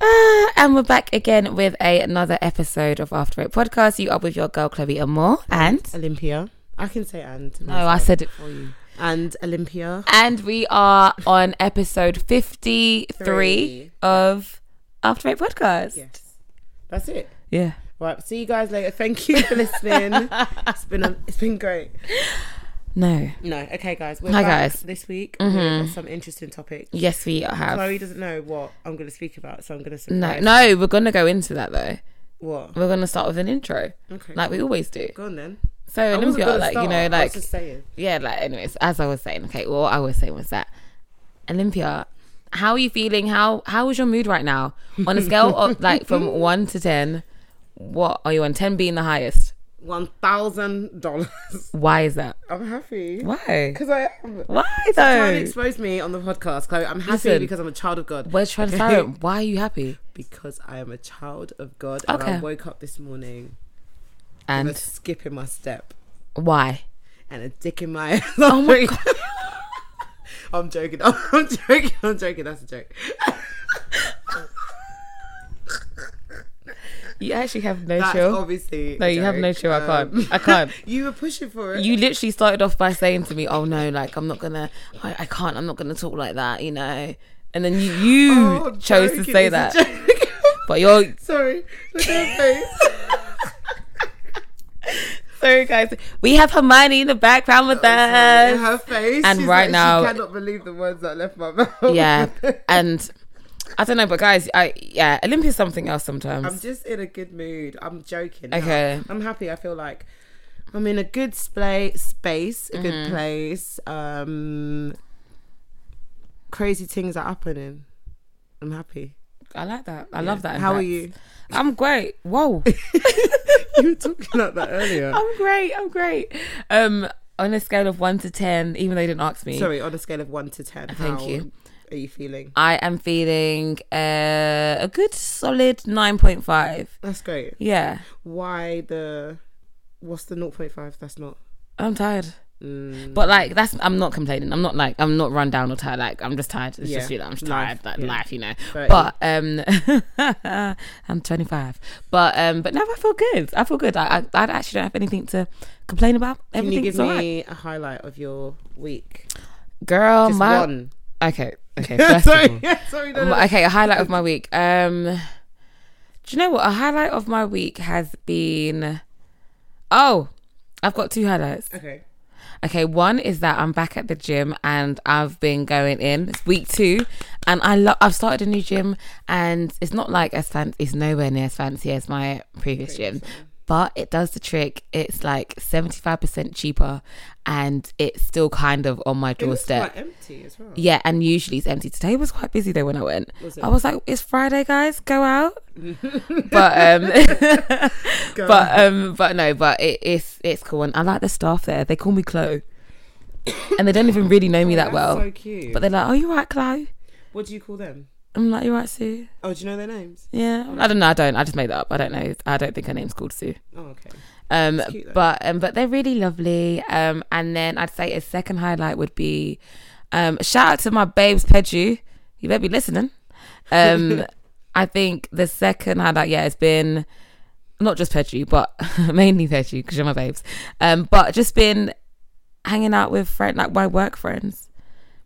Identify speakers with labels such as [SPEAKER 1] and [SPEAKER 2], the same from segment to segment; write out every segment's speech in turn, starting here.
[SPEAKER 1] Ah, and we're back again with a, another episode of After Eight Podcast. You are with your girl Chloe Amore and
[SPEAKER 2] Olympia. I can say and.
[SPEAKER 1] no, I said it for you.
[SPEAKER 2] And Olympia.
[SPEAKER 1] And we are on episode fifty-three
[SPEAKER 2] Three.
[SPEAKER 1] of After Eight Podcast. Yeah.
[SPEAKER 2] Yes. That's it. Right. See you guys later. Thank you for listening. it's been a, it's been great.
[SPEAKER 1] No.
[SPEAKER 2] No. Okay, guys. We're
[SPEAKER 1] Hi,
[SPEAKER 2] back
[SPEAKER 1] guys. Mm-hmm.
[SPEAKER 2] This week with some interesting topics.
[SPEAKER 1] Yes, we have.
[SPEAKER 2] Chloe doesn't know what I'm going to speak about, so I'm going to
[SPEAKER 1] No,
[SPEAKER 2] surprise.
[SPEAKER 1] no, we're gonna go into that though.
[SPEAKER 2] What?
[SPEAKER 1] We're gonna start with an intro,
[SPEAKER 2] Okay.
[SPEAKER 1] like we always do.
[SPEAKER 2] Go on then.
[SPEAKER 1] So
[SPEAKER 2] I wasn't
[SPEAKER 1] Olympia,
[SPEAKER 2] gonna
[SPEAKER 1] like you
[SPEAKER 2] start,
[SPEAKER 1] know,
[SPEAKER 2] I
[SPEAKER 1] like
[SPEAKER 2] was just saying.
[SPEAKER 1] yeah, like anyways, as I was saying, okay, well, I was saying was that Olympia, how are you feeling? How how is your mood right now? On a scale of like from one to ten, what are you on? Ten being the highest.
[SPEAKER 2] One thousand dollars.
[SPEAKER 1] Why is that?
[SPEAKER 2] I'm happy.
[SPEAKER 1] Why?
[SPEAKER 2] Because I am.
[SPEAKER 1] Why
[SPEAKER 2] Trying to
[SPEAKER 1] though?
[SPEAKER 2] expose me on the podcast, Chloe. I'm happy
[SPEAKER 1] Listen.
[SPEAKER 2] because I'm a child of God.
[SPEAKER 1] We're transparent. Why are you happy?
[SPEAKER 2] because I am a child of God and
[SPEAKER 1] Okay.
[SPEAKER 2] I woke up this morning with a
[SPEAKER 1] And
[SPEAKER 2] skip in my step
[SPEAKER 1] why?
[SPEAKER 2] and a dick in my ass. Oh my god. I'm joking. I'm joking. I'm joking. That's a joke.
[SPEAKER 1] You actually have no
[SPEAKER 2] That's
[SPEAKER 1] chill.
[SPEAKER 2] obviously. a
[SPEAKER 1] No, you have
[SPEAKER 2] joke.
[SPEAKER 1] no chill. I
[SPEAKER 2] Um,
[SPEAKER 1] can't. I can't.
[SPEAKER 2] you were pushing for it.
[SPEAKER 1] You literally started off by saying to me, "Oh no, like I'm not gonna, I, I can't, I'm not gonna talk like that," you know. And then you, you
[SPEAKER 2] Oh, I'm
[SPEAKER 1] chose to
[SPEAKER 2] joking.
[SPEAKER 1] say
[SPEAKER 2] It's a
[SPEAKER 1] that,
[SPEAKER 2] joke.
[SPEAKER 1] but you're
[SPEAKER 2] Sorry. Look at her face.
[SPEAKER 1] sorry, guys. We have Hermione in the background with
[SPEAKER 2] Sorry,
[SPEAKER 1] us,
[SPEAKER 2] her face.
[SPEAKER 1] And
[SPEAKER 2] She's
[SPEAKER 1] right
[SPEAKER 2] like,
[SPEAKER 1] now-
[SPEAKER 2] she cannot believe the words that left my mouth.
[SPEAKER 1] yeah. And I don't know, but guys, I yeah, Olympia's something else sometimes.
[SPEAKER 2] I'm just in a good mood. I'm joking.
[SPEAKER 1] Okay.
[SPEAKER 2] I'm happy. I feel like I'm in a good splay- space, a
[SPEAKER 1] Mm-hmm.
[SPEAKER 2] good place. Um, crazy things are happening. I'm happy.
[SPEAKER 1] I like that. I love that.
[SPEAKER 2] How are
[SPEAKER 1] impact.
[SPEAKER 2] you?
[SPEAKER 1] I'm great. Whoa.
[SPEAKER 2] You were talking like that earlier.
[SPEAKER 1] I'm great. I'm great. Um, on a scale of one to ten, even though you didn't ask me,
[SPEAKER 2] Sorry, on a scale of one to ten,
[SPEAKER 1] Thank
[SPEAKER 2] how
[SPEAKER 1] you.
[SPEAKER 2] are you feeling?
[SPEAKER 1] I am feeling uh, a good solid nine point five.
[SPEAKER 2] That's great.
[SPEAKER 1] Yeah,
[SPEAKER 2] Why the? What's the 0.5? That's not.
[SPEAKER 1] I'm tired.
[SPEAKER 2] Mm,
[SPEAKER 1] But like that's I'm not complaining. I'm not like I'm not run down or tired. Like I'm just tired. It's just
[SPEAKER 2] Yeah.
[SPEAKER 1] you know I'm just
[SPEAKER 2] Life,
[SPEAKER 1] tired. Like
[SPEAKER 2] yeah.
[SPEAKER 1] life, you know.
[SPEAKER 2] Right.
[SPEAKER 1] But um, I'm 25. But um, but now I feel good. I feel good. I I, I actually don't have anything to complain about.
[SPEAKER 2] can you give
[SPEAKER 1] Everything's
[SPEAKER 2] me
[SPEAKER 1] alright.
[SPEAKER 2] a highlight of your week?
[SPEAKER 1] Girl,
[SPEAKER 2] Just
[SPEAKER 1] my
[SPEAKER 2] one.
[SPEAKER 1] okay okay. First of all,
[SPEAKER 2] sorry. No, no,
[SPEAKER 1] Um, okay, a highlight of my week. Um, do you know what? A highlight of my week has been. Oh, I've got two highlights.
[SPEAKER 2] no. Okay.
[SPEAKER 1] Okay, one is that I'm back at the gym and I've been going in. It's week two, and I lo- I've started a new gym, and it's not like as fan- it's nowhere near as fancy as my previous gym, but it does the trick. It's like seventy five percent cheaper, and it's still kind of on my
[SPEAKER 2] It looks
[SPEAKER 1] doorstep.
[SPEAKER 2] quite empty as well.
[SPEAKER 1] Yeah, and usually it's empty. Today was quite busy though when I went.
[SPEAKER 2] Was it?
[SPEAKER 1] I was like, "It's Friday, guys, go out." but um,
[SPEAKER 2] Go
[SPEAKER 1] but um, but no, but it, it's it's cool, and I like the staff there. They call me Chloe, and they don't even really know me that
[SPEAKER 2] Oh, That's
[SPEAKER 1] well.
[SPEAKER 2] So cute.
[SPEAKER 1] but they're like, "Oh, you right, Chloe?"
[SPEAKER 2] what do you call them?
[SPEAKER 1] I'm like, "You right, Sue?"
[SPEAKER 2] Oh, do you know their names?
[SPEAKER 1] Yeah, I don't know. I don't. I just made that up. I don't know. I don't think her name's called Sue.
[SPEAKER 2] Oh, okay.
[SPEAKER 1] Um,
[SPEAKER 2] That's cute, though.
[SPEAKER 1] but um, but they're really lovely. Um, and then I'd say a second highlight would be, um, shout out to my babes Pedro. You better be listening. Um, I think the second highlight, yeah, has been not just Pedro, but mainly Pedro because you're my babes. Um, but just been hanging out with friend like my work friends.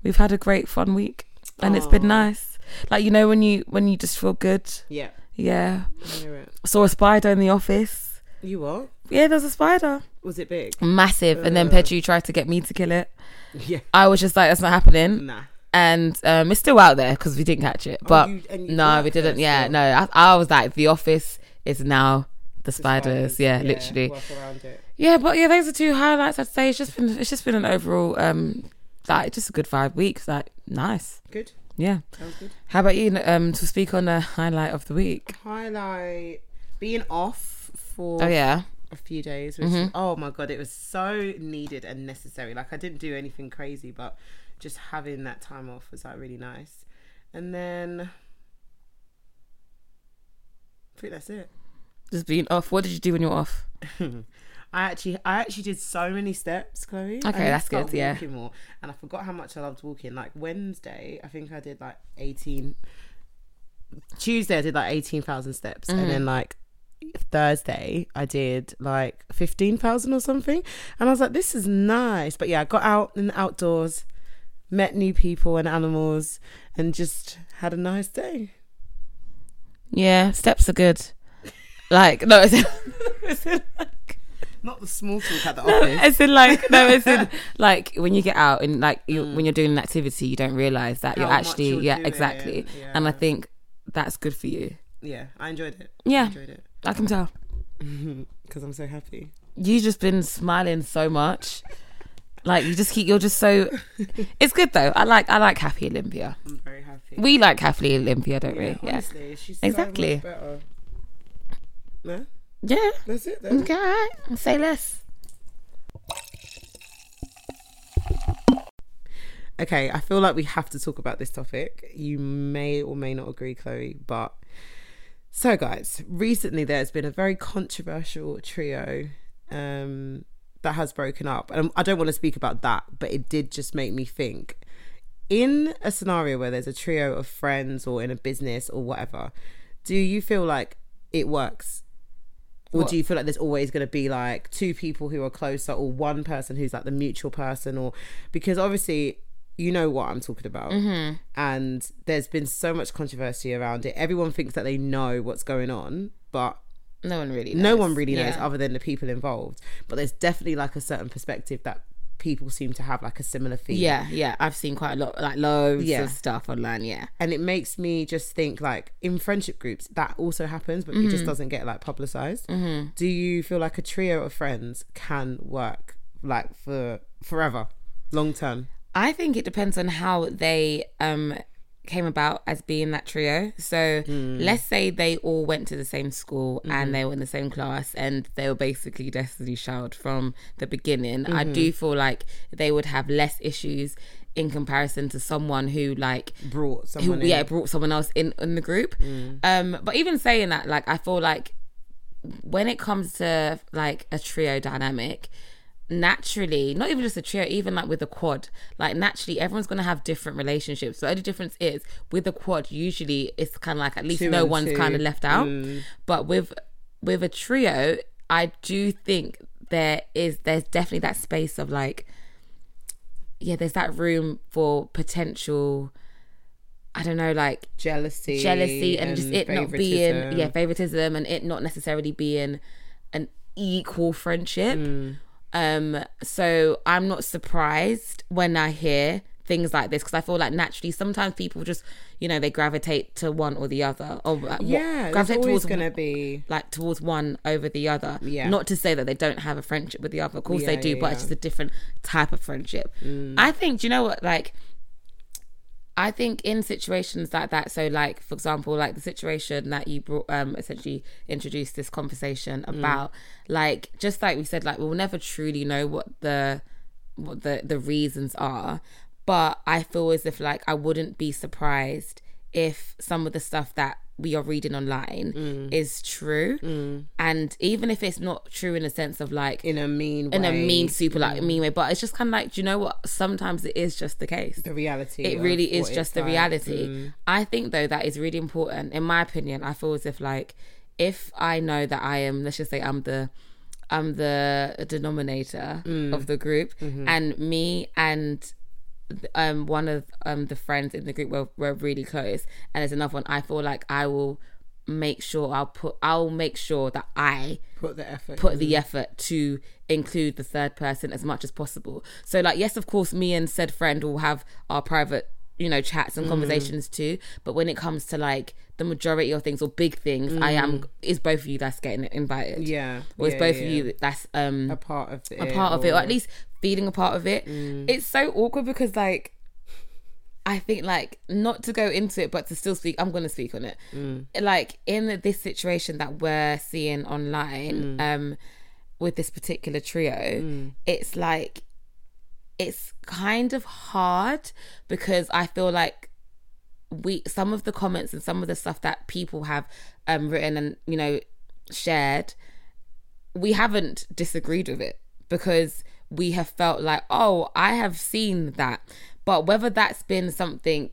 [SPEAKER 1] We've had a great fun week, and it's been
[SPEAKER 2] Aw.
[SPEAKER 1] nice. Like you know when you when you just feel good.
[SPEAKER 2] Yeah.
[SPEAKER 1] Yeah,
[SPEAKER 2] I hear it.
[SPEAKER 1] saw a spider in the office.
[SPEAKER 2] You what?
[SPEAKER 1] Yeah, there's a spider
[SPEAKER 2] Was it big?
[SPEAKER 1] massive and then
[SPEAKER 2] Uh.
[SPEAKER 1] Pedro tried to get me to kill it
[SPEAKER 2] Yeah.
[SPEAKER 1] i was just like that's not happening
[SPEAKER 2] Nah.
[SPEAKER 1] and um it's still out there because we didn't catch it
[SPEAKER 2] Oh,
[SPEAKER 1] but
[SPEAKER 2] you- and you
[SPEAKER 1] no
[SPEAKER 2] work
[SPEAKER 1] we didn't
[SPEAKER 2] there
[SPEAKER 1] yeah
[SPEAKER 2] still.
[SPEAKER 1] no I, I was like the office is now the
[SPEAKER 2] The
[SPEAKER 1] spiders, yeah, literally
[SPEAKER 2] Work around it.
[SPEAKER 1] yeah but yeah those are two highlights i'd say it's just been it's just been an overall um like just a good five weeks like nice
[SPEAKER 2] Good.
[SPEAKER 1] yeah
[SPEAKER 2] Sounds good.
[SPEAKER 1] how about you um to speak on a highlight of the week
[SPEAKER 2] Highlight being off for
[SPEAKER 1] oh yeah Mm-hmm.
[SPEAKER 2] a few days. Which oh my god, it was so needed and necessary. Like I didn't do anything crazy, but just having that time off was like really nice. And then I think that's it.
[SPEAKER 1] just being off what did you do when you were off
[SPEAKER 2] I actually, I actually did so many steps, Chloe. I
[SPEAKER 1] Okay,
[SPEAKER 2] need to
[SPEAKER 1] that's
[SPEAKER 2] start
[SPEAKER 1] good, yeah.
[SPEAKER 2] walking more, and I forgot how much I loved walking. Like Wednesday, I think I did like eighteen Tuesday I did like eighteen thousand steps, and
[SPEAKER 1] Mm-hmm.
[SPEAKER 2] then like Thursday I did like fifteen thousand or something, and I was like, this is nice. But yeah, I got out in the outdoors, met new people and animals, and just had a nice day.
[SPEAKER 1] Yeah, steps are good. Like no, it's in,
[SPEAKER 2] Not the small talk at the office.
[SPEAKER 1] it's in like no, it's in like when you get out and like you, when you're doing an activity, you don't realize that
[SPEAKER 2] Mm. How
[SPEAKER 1] you're
[SPEAKER 2] much
[SPEAKER 1] actually
[SPEAKER 2] you're
[SPEAKER 1] yeah
[SPEAKER 2] doing,
[SPEAKER 1] exactly.
[SPEAKER 2] yeah.
[SPEAKER 1] And I think that's good for you.
[SPEAKER 2] Yeah, I enjoyed it.
[SPEAKER 1] Yeah,
[SPEAKER 2] Enjoyed it
[SPEAKER 1] I can tell.
[SPEAKER 2] because I'm so happy.
[SPEAKER 1] You've just been smiling so much. Like you just keep you're just so it's good though. I like I like Happy Olympia.
[SPEAKER 2] I'm very happy.
[SPEAKER 1] We like Happy Olympia, don't
[SPEAKER 2] yeah,
[SPEAKER 1] we? Yeah.
[SPEAKER 2] honestly, she's
[SPEAKER 1] Exactly.
[SPEAKER 2] exactly. so much better. No,
[SPEAKER 1] Yeah.
[SPEAKER 2] that's it. Then.
[SPEAKER 1] Okay. all right. Say less.
[SPEAKER 2] Okay, I feel like we have to talk about this topic. You may or may not agree, Chloe, but so guys, recently there's been a very controversial trio um that has broken up. And I don't want to speak about that, but it did just make me think in a scenario where there's a trio of friends or in a business or whatever, do you feel like it works? Or do you feel like there's always going to be like two people who are closer or one person who's like the mutual person or because obviously you know what I'm talking about. And there's been so much controversy around it. Everyone thinks that they know what's going on, but
[SPEAKER 1] No one really knows.
[SPEAKER 2] no one really knows
[SPEAKER 1] Yeah.
[SPEAKER 2] other than the people involved. But there's definitely like a certain perspective that people seem to have like a similar feeling.
[SPEAKER 1] Yeah, yeah. I've seen quite a lot like loads
[SPEAKER 2] Yeah.
[SPEAKER 1] of stuff online, yeah.
[SPEAKER 2] and it makes me just think like in friendship groups that also happens but it
[SPEAKER 1] Mm-hmm.
[SPEAKER 2] just doesn't get like publicized do you feel like a trio of friends can work like for forever long term
[SPEAKER 1] I think it depends on how they um came about as being that trio. So
[SPEAKER 2] Hmm.
[SPEAKER 1] let's say they all went to the same school
[SPEAKER 2] Mm-hmm.
[SPEAKER 1] and they were in the same class and they were basically Destiny's Child from the beginning. I
[SPEAKER 2] Mm-hmm.
[SPEAKER 1] do feel like they would have less issues in comparison to someone who like
[SPEAKER 2] brought
[SPEAKER 1] who
[SPEAKER 2] someone in Mm.
[SPEAKER 1] yeah brought someone else in in the group. Um, but even saying that, like I feel like when it comes to like a trio dynamic, naturally, not even just a trio, even like with a quad, like naturally everyone's gonna have different relationships. So the only difference is with a quad, usually it's kind of like at least
[SPEAKER 2] Two
[SPEAKER 1] no
[SPEAKER 2] and
[SPEAKER 1] one's
[SPEAKER 2] two. Mm.
[SPEAKER 1] kind of left out. But with with a trio, I do think there is there's definitely that space of like yeah, there's that room for potential. I don't know, like
[SPEAKER 2] jealousy
[SPEAKER 1] jealousy and, just it not being
[SPEAKER 2] favoritism.
[SPEAKER 1] yeah favoritism and it not necessarily being an equal friendship
[SPEAKER 2] Mm.
[SPEAKER 1] um so i'm not surprised when i hear things like this because i feel like naturally sometimes people just you know they gravitate to one or the other or like, what-
[SPEAKER 2] yeah there's
[SPEAKER 1] gravitate
[SPEAKER 2] always
[SPEAKER 1] towards
[SPEAKER 2] gonna be
[SPEAKER 1] like towards one over the other
[SPEAKER 2] Yeah.
[SPEAKER 1] not to say that they don't have a friendship with the other of course they
[SPEAKER 2] Yeah,
[SPEAKER 1] do
[SPEAKER 2] yeah,
[SPEAKER 1] but it's
[SPEAKER 2] yeah. Mm.
[SPEAKER 1] just a different type of friendship i think do you know what like I think in situations like that, so like for example, like the situation that you brought, um, essentially introduced this conversation about, like just like we said, like we'll never truly know what the what the the reasons are, but I feel as if like I wouldn't be surprised if some of the stuff that we are reading online is true, and even if it's not true in the sense of like
[SPEAKER 2] in a mean way
[SPEAKER 1] in a mean super like mean way, but it's just kind of like do you know what? Sometimes it is just the case
[SPEAKER 2] the reality
[SPEAKER 1] it
[SPEAKER 2] of
[SPEAKER 1] really is
[SPEAKER 2] what
[SPEAKER 1] just
[SPEAKER 2] it's
[SPEAKER 1] the
[SPEAKER 2] like. Mm.
[SPEAKER 1] reality i think though that is really important in my opinion i feel as if like if i know that i am let's just say i'm the i'm the denominator
[SPEAKER 2] Mm.
[SPEAKER 1] of the group
[SPEAKER 2] Mm-hmm.
[SPEAKER 1] and me and um one of um the friends in the group were, were really close and there's another one i feel like i will make sure i'll put i'll make sure that i
[SPEAKER 2] put the effort
[SPEAKER 1] put the effort to include the third person as much as possible. So, like, yes, of course, me and said friend will have our private, you know, chats
[SPEAKER 2] Mm.
[SPEAKER 1] and conversations too. But when it comes to like the majority of things or big things, I am is both of you that's getting invited.
[SPEAKER 2] Mm. yeah
[SPEAKER 1] Or it's
[SPEAKER 2] yeah,
[SPEAKER 1] both
[SPEAKER 2] yeah,
[SPEAKER 1] of
[SPEAKER 2] yeah.
[SPEAKER 1] you that's um
[SPEAKER 2] a part of it
[SPEAKER 1] a part of it, or at least feeling a part of it. It's so awkward because like I think like not to go into it, but to still speak, I'm gonna speak on it. Like in this situation that we're seeing online, um, with this particular trio, it's like it's kind of hard because I feel like we some of the comments and some of the stuff that people have um written and you know shared we haven't disagreed with it because we have felt like, oh, I have seen that. But whether that's been something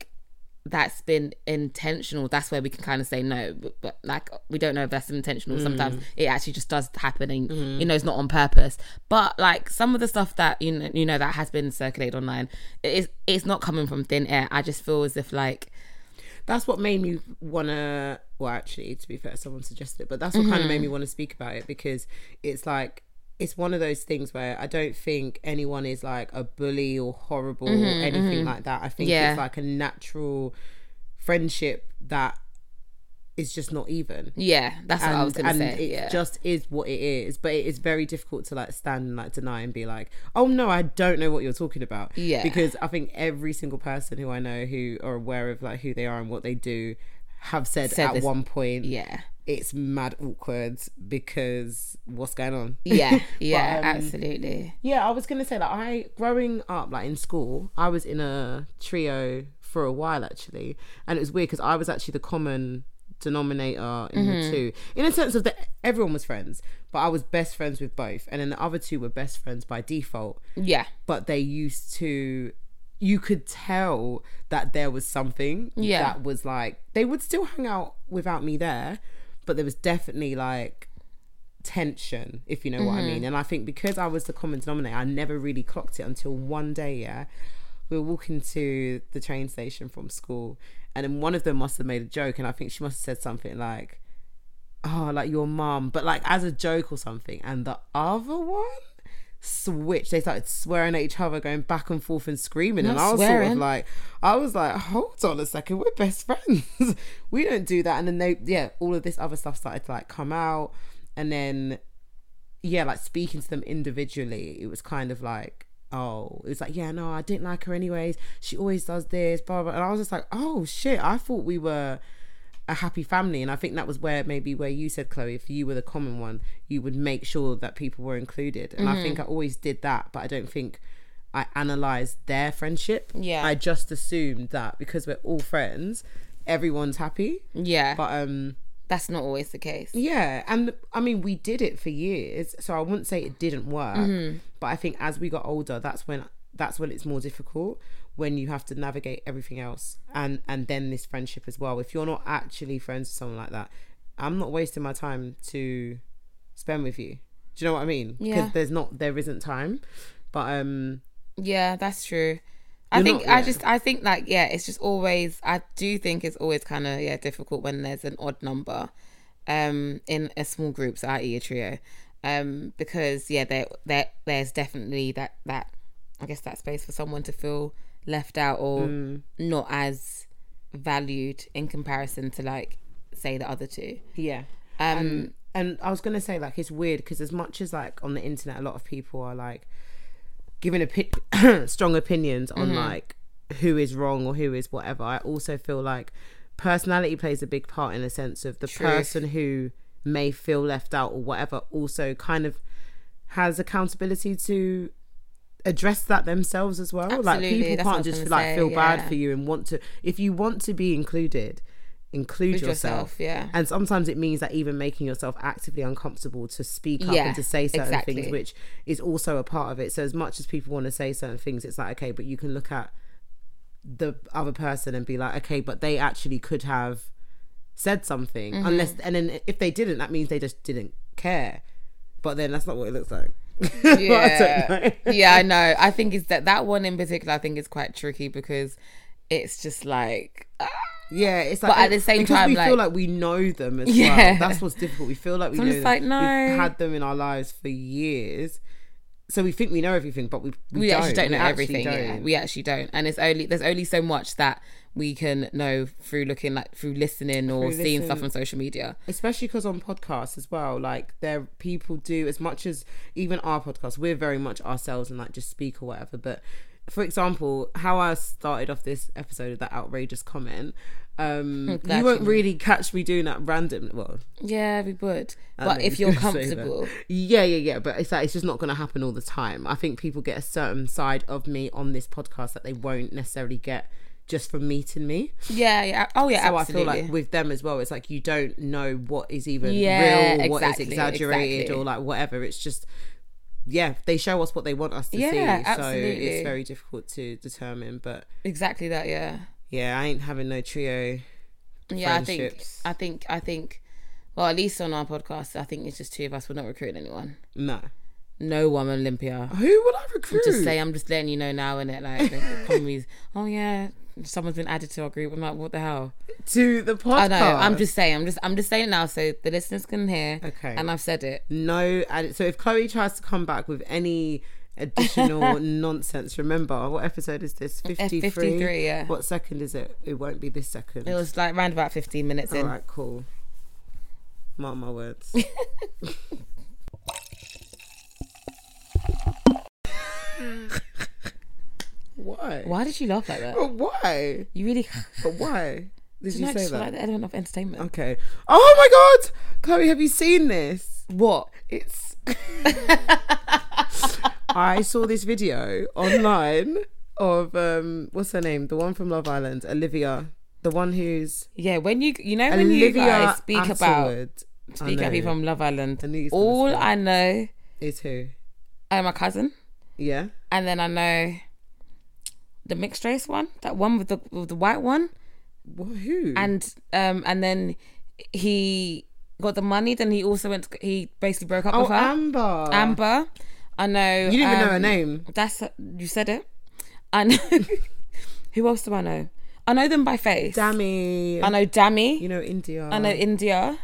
[SPEAKER 1] that's been intentional, that's where we can kind of say no. But, but like, we don't know if that's intentional.
[SPEAKER 2] Mm.
[SPEAKER 1] Sometimes it actually just does happen, and you know, it's not on purpose. But like some of the stuff that you know, you know, that has been circulated online, it's it's not coming from thin air. I just feel as if like
[SPEAKER 2] that's what made me want to well actually to be fair someone suggested it but that's what kind of made me want to speak about it because it's like it's one of those things where i don't think anyone is like a bully or horrible or anything like that i think
[SPEAKER 1] Yeah.
[SPEAKER 2] it's like a natural friendship that is just not even
[SPEAKER 1] yeah, that's what I was gonna
[SPEAKER 2] and
[SPEAKER 1] say.
[SPEAKER 2] it
[SPEAKER 1] yeah.
[SPEAKER 2] just is what it is but it is very difficult to like stand and like deny and be like oh no i don't know what you're talking about
[SPEAKER 1] Yeah.
[SPEAKER 2] because i think every single person who i know who are aware of like who they are and what they do have said,
[SPEAKER 1] Said
[SPEAKER 2] at
[SPEAKER 1] this-
[SPEAKER 2] one point
[SPEAKER 1] yeah.
[SPEAKER 2] it's mad awkward because what's going on
[SPEAKER 1] Yeah,
[SPEAKER 2] But,
[SPEAKER 1] yeah,
[SPEAKER 2] um,
[SPEAKER 1] absolutely.
[SPEAKER 2] yeah, I was gonna say that I growing up, like in school, I was in a trio for a while actually, and it was weird because I was actually the common denominator in the two, in a sense of that everyone was friends, but I was best friends with both, and then the other two were best friends by default,
[SPEAKER 1] Yeah,
[SPEAKER 2] but they used to. You could tell that there was something
[SPEAKER 1] Yeah.
[SPEAKER 2] that was like they would still hang out without me there, but there was definitely like tension, if you know what I mean. And I think because I was the common denominator, I never really clocked it until one day, yeah. We were walking to the train station from school, and then one of them must have made a joke, and I think she must have said something like, Oh, like your mom, but like as a joke or something. And the other one switched. They started swearing at each other, going back and forth and screaming. and I was sort
[SPEAKER 1] swearing.
[SPEAKER 2] of like, I was like, hold on a second, we're best friends. we don't do that. And then they, yeah, all of this other stuff started to like come out. And then yeah, like speaking to them individually, it was kind of like, oh, it was like, yeah, no, I didn't like her anyways. She always does this, blah, blah. And I was just like, oh, shit, I thought we were a happy family. And I think that was where maybe where you said, Chloe, if you were the common one, you would make sure that people were included. And I think I always did that, but I don't think I analyzed their friendship.
[SPEAKER 1] Yeah.
[SPEAKER 2] I just assumed that because we're all friends, everyone's happy.
[SPEAKER 1] yeah.
[SPEAKER 2] But, um,
[SPEAKER 1] that's not always the case.
[SPEAKER 2] yeah, and I mean, we did it for years, so I wouldn't say it didn't work. But I think as we got older, that's when that's when it's more difficult when you have to navigate everything else, and and then this friendship as well. If you're not actually friends with someone like that, I'm not wasting my time to spend with you. Do you know what I mean?
[SPEAKER 1] Yeah.
[SPEAKER 2] there's not there isn't time, but um,
[SPEAKER 1] Yeah, that's true. I
[SPEAKER 2] You're
[SPEAKER 1] think
[SPEAKER 2] not-
[SPEAKER 1] I
[SPEAKER 2] yeah.
[SPEAKER 1] just I think like yeah, it's just always I do think it's always kind of yeah difficult when there's an odd number um in a small group, so i.e. a trio, um because yeah there there there's definitely that that I guess that space for someone to feel left out or
[SPEAKER 2] Mm.
[SPEAKER 1] not as valued in comparison to like say the other two.
[SPEAKER 2] yeah.
[SPEAKER 1] Um,
[SPEAKER 2] and I was gonna say like it's weird because as much as like on the internet, a lot of people are like giving opi- strong opinions
[SPEAKER 1] Mm-hmm.
[SPEAKER 2] on like who is wrong or who is whatever. I also feel like personality plays a big part in a sense of the person who may feel left out or whatever also kind of has accountability to address that themselves as well.
[SPEAKER 1] Absolutely,
[SPEAKER 2] Like people
[SPEAKER 1] that's what I
[SPEAKER 2] can't
[SPEAKER 1] was
[SPEAKER 2] just
[SPEAKER 1] gonna
[SPEAKER 2] like
[SPEAKER 1] say,
[SPEAKER 2] feel
[SPEAKER 1] yeah.
[SPEAKER 2] bad for you and want to if you want to be included, include
[SPEAKER 1] with
[SPEAKER 2] yourself.
[SPEAKER 1] yourself, yeah.
[SPEAKER 2] And sometimes it means that even making yourself actively uncomfortable to speak up
[SPEAKER 1] Yeah,
[SPEAKER 2] and to say certain
[SPEAKER 1] exactly.
[SPEAKER 2] things, which is also a part of it. So as much as people want to say certain things, it's like okay, but you can look at the other person and be like, okay, but they actually could have said something,
[SPEAKER 1] Mm-hmm.
[SPEAKER 2] unless and then if they didn't, that means they just didn't care. But then that's not what it looks like. I don't
[SPEAKER 1] yeah.
[SPEAKER 2] know.
[SPEAKER 1] yeah, I know. I think it's that that one in particular. I think is quite tricky because it's just like ah,
[SPEAKER 2] Yeah, it's like
[SPEAKER 1] But at the same
[SPEAKER 2] because
[SPEAKER 1] time,
[SPEAKER 2] we feel
[SPEAKER 1] like-
[SPEAKER 2] like we know them as
[SPEAKER 1] Yeah.
[SPEAKER 2] well. That's what's difficult. We feel like we
[SPEAKER 1] So I'm
[SPEAKER 2] know
[SPEAKER 1] just
[SPEAKER 2] them.
[SPEAKER 1] like, no.
[SPEAKER 2] We've had them in our lives for years, so we think we know everything, but we we,
[SPEAKER 1] we, actually don't
[SPEAKER 2] We
[SPEAKER 1] know everything. Yeah,
[SPEAKER 2] don't.
[SPEAKER 1] we actually don't, and it's only there's only so much that we can know through looking like through listening or
[SPEAKER 2] Through
[SPEAKER 1] seeing stuff
[SPEAKER 2] listen-
[SPEAKER 1] on social media.
[SPEAKER 2] especially because on podcasts as well like there people do as much as even our podcast we're very much ourselves and like just speak or whatever but for example how i started off this episode of that outrageous comment um
[SPEAKER 1] glad
[SPEAKER 2] you won't
[SPEAKER 1] you-
[SPEAKER 2] really catch me doing that random well
[SPEAKER 1] Yeah, we would,
[SPEAKER 2] I
[SPEAKER 1] but
[SPEAKER 2] know
[SPEAKER 1] if
[SPEAKER 2] you're
[SPEAKER 1] you're
[SPEAKER 2] gonna say that.
[SPEAKER 1] comfortable,
[SPEAKER 2] yeah yeah yeah but it's like it's just not going to happen all the time i think people get a certain side of me on this podcast that they won't necessarily get just from meeting me
[SPEAKER 1] yeah, yeah, oh yeah,
[SPEAKER 2] so
[SPEAKER 1] absolutely.
[SPEAKER 2] I feel like with them as well, it's like you don't know what is even
[SPEAKER 1] Yeah,
[SPEAKER 2] real, what is
[SPEAKER 1] exactly,
[SPEAKER 2] exaggerated,
[SPEAKER 1] exactly.
[SPEAKER 2] or like whatever. It's just yeah, they show us what they want us to see.
[SPEAKER 1] Yeah,
[SPEAKER 2] So
[SPEAKER 1] absolutely.
[SPEAKER 2] it's very difficult to determine. But
[SPEAKER 1] exactly that, yeah.
[SPEAKER 2] yeah, I ain't having no trio.
[SPEAKER 1] Yeah, I think
[SPEAKER 2] Friendships.
[SPEAKER 1] I think I think well, at least on our podcast, I think it's just two of us. We're not recruiting anyone.
[SPEAKER 2] No.
[SPEAKER 1] No woman Olympia.
[SPEAKER 2] Who would I recruit?
[SPEAKER 1] Just say I'm just letting you know now, and it like the comedies. Oh yeah, someone's been added to our group. I'm like, what the hell?
[SPEAKER 2] to the podcast.
[SPEAKER 1] I know. I'm just saying. I'm just I'm just saying it now, so the listeners can hear.
[SPEAKER 2] Okay.
[SPEAKER 1] And I've said it.
[SPEAKER 2] no. edit. So if Chloe tries to come back with any additional nonsense, remember what episode is this? Fifty-three.
[SPEAKER 1] 53, yeah.
[SPEAKER 2] What second is it? It won't be this second.
[SPEAKER 1] It was like round about 15 minutes
[SPEAKER 2] All
[SPEAKER 1] in.
[SPEAKER 2] right, cool. Mark my words. Why?
[SPEAKER 1] Why did you laugh like that?
[SPEAKER 2] But why?
[SPEAKER 1] You really
[SPEAKER 2] But why? Did
[SPEAKER 1] you
[SPEAKER 2] you
[SPEAKER 1] know,
[SPEAKER 2] say
[SPEAKER 1] just
[SPEAKER 2] that?
[SPEAKER 1] like the element of entertainment.
[SPEAKER 2] Okay. Oh my god, Chloe, have you seen this?
[SPEAKER 1] what?
[SPEAKER 2] It's. I saw this video online of um, what's her name? The one from Love Island, Olivia. The one who's
[SPEAKER 1] Yeah, when you you know when you
[SPEAKER 2] Olivia.
[SPEAKER 1] guys speak about
[SPEAKER 2] Atwood. I
[SPEAKER 1] speak
[SPEAKER 2] know.
[SPEAKER 1] about people from Love Island,
[SPEAKER 2] I knew you was gonna
[SPEAKER 1] all
[SPEAKER 2] say
[SPEAKER 1] I know
[SPEAKER 2] is who?
[SPEAKER 1] are my cousin,
[SPEAKER 2] Yeah.
[SPEAKER 1] and then I know the mixed race one, that one with the with the white one,
[SPEAKER 2] What, who?
[SPEAKER 1] and um and then he got the money. Then he also went. To, he basically broke up
[SPEAKER 2] oh,
[SPEAKER 1] with her.
[SPEAKER 2] Amber.
[SPEAKER 1] Amber, I know.
[SPEAKER 2] You didn't even know her
[SPEAKER 1] um,
[SPEAKER 2] name.
[SPEAKER 1] That's you said it. I know. Who else do I know? I know them by face.
[SPEAKER 2] Dammy.
[SPEAKER 1] I know Dammy.
[SPEAKER 2] you know India.
[SPEAKER 1] I know India.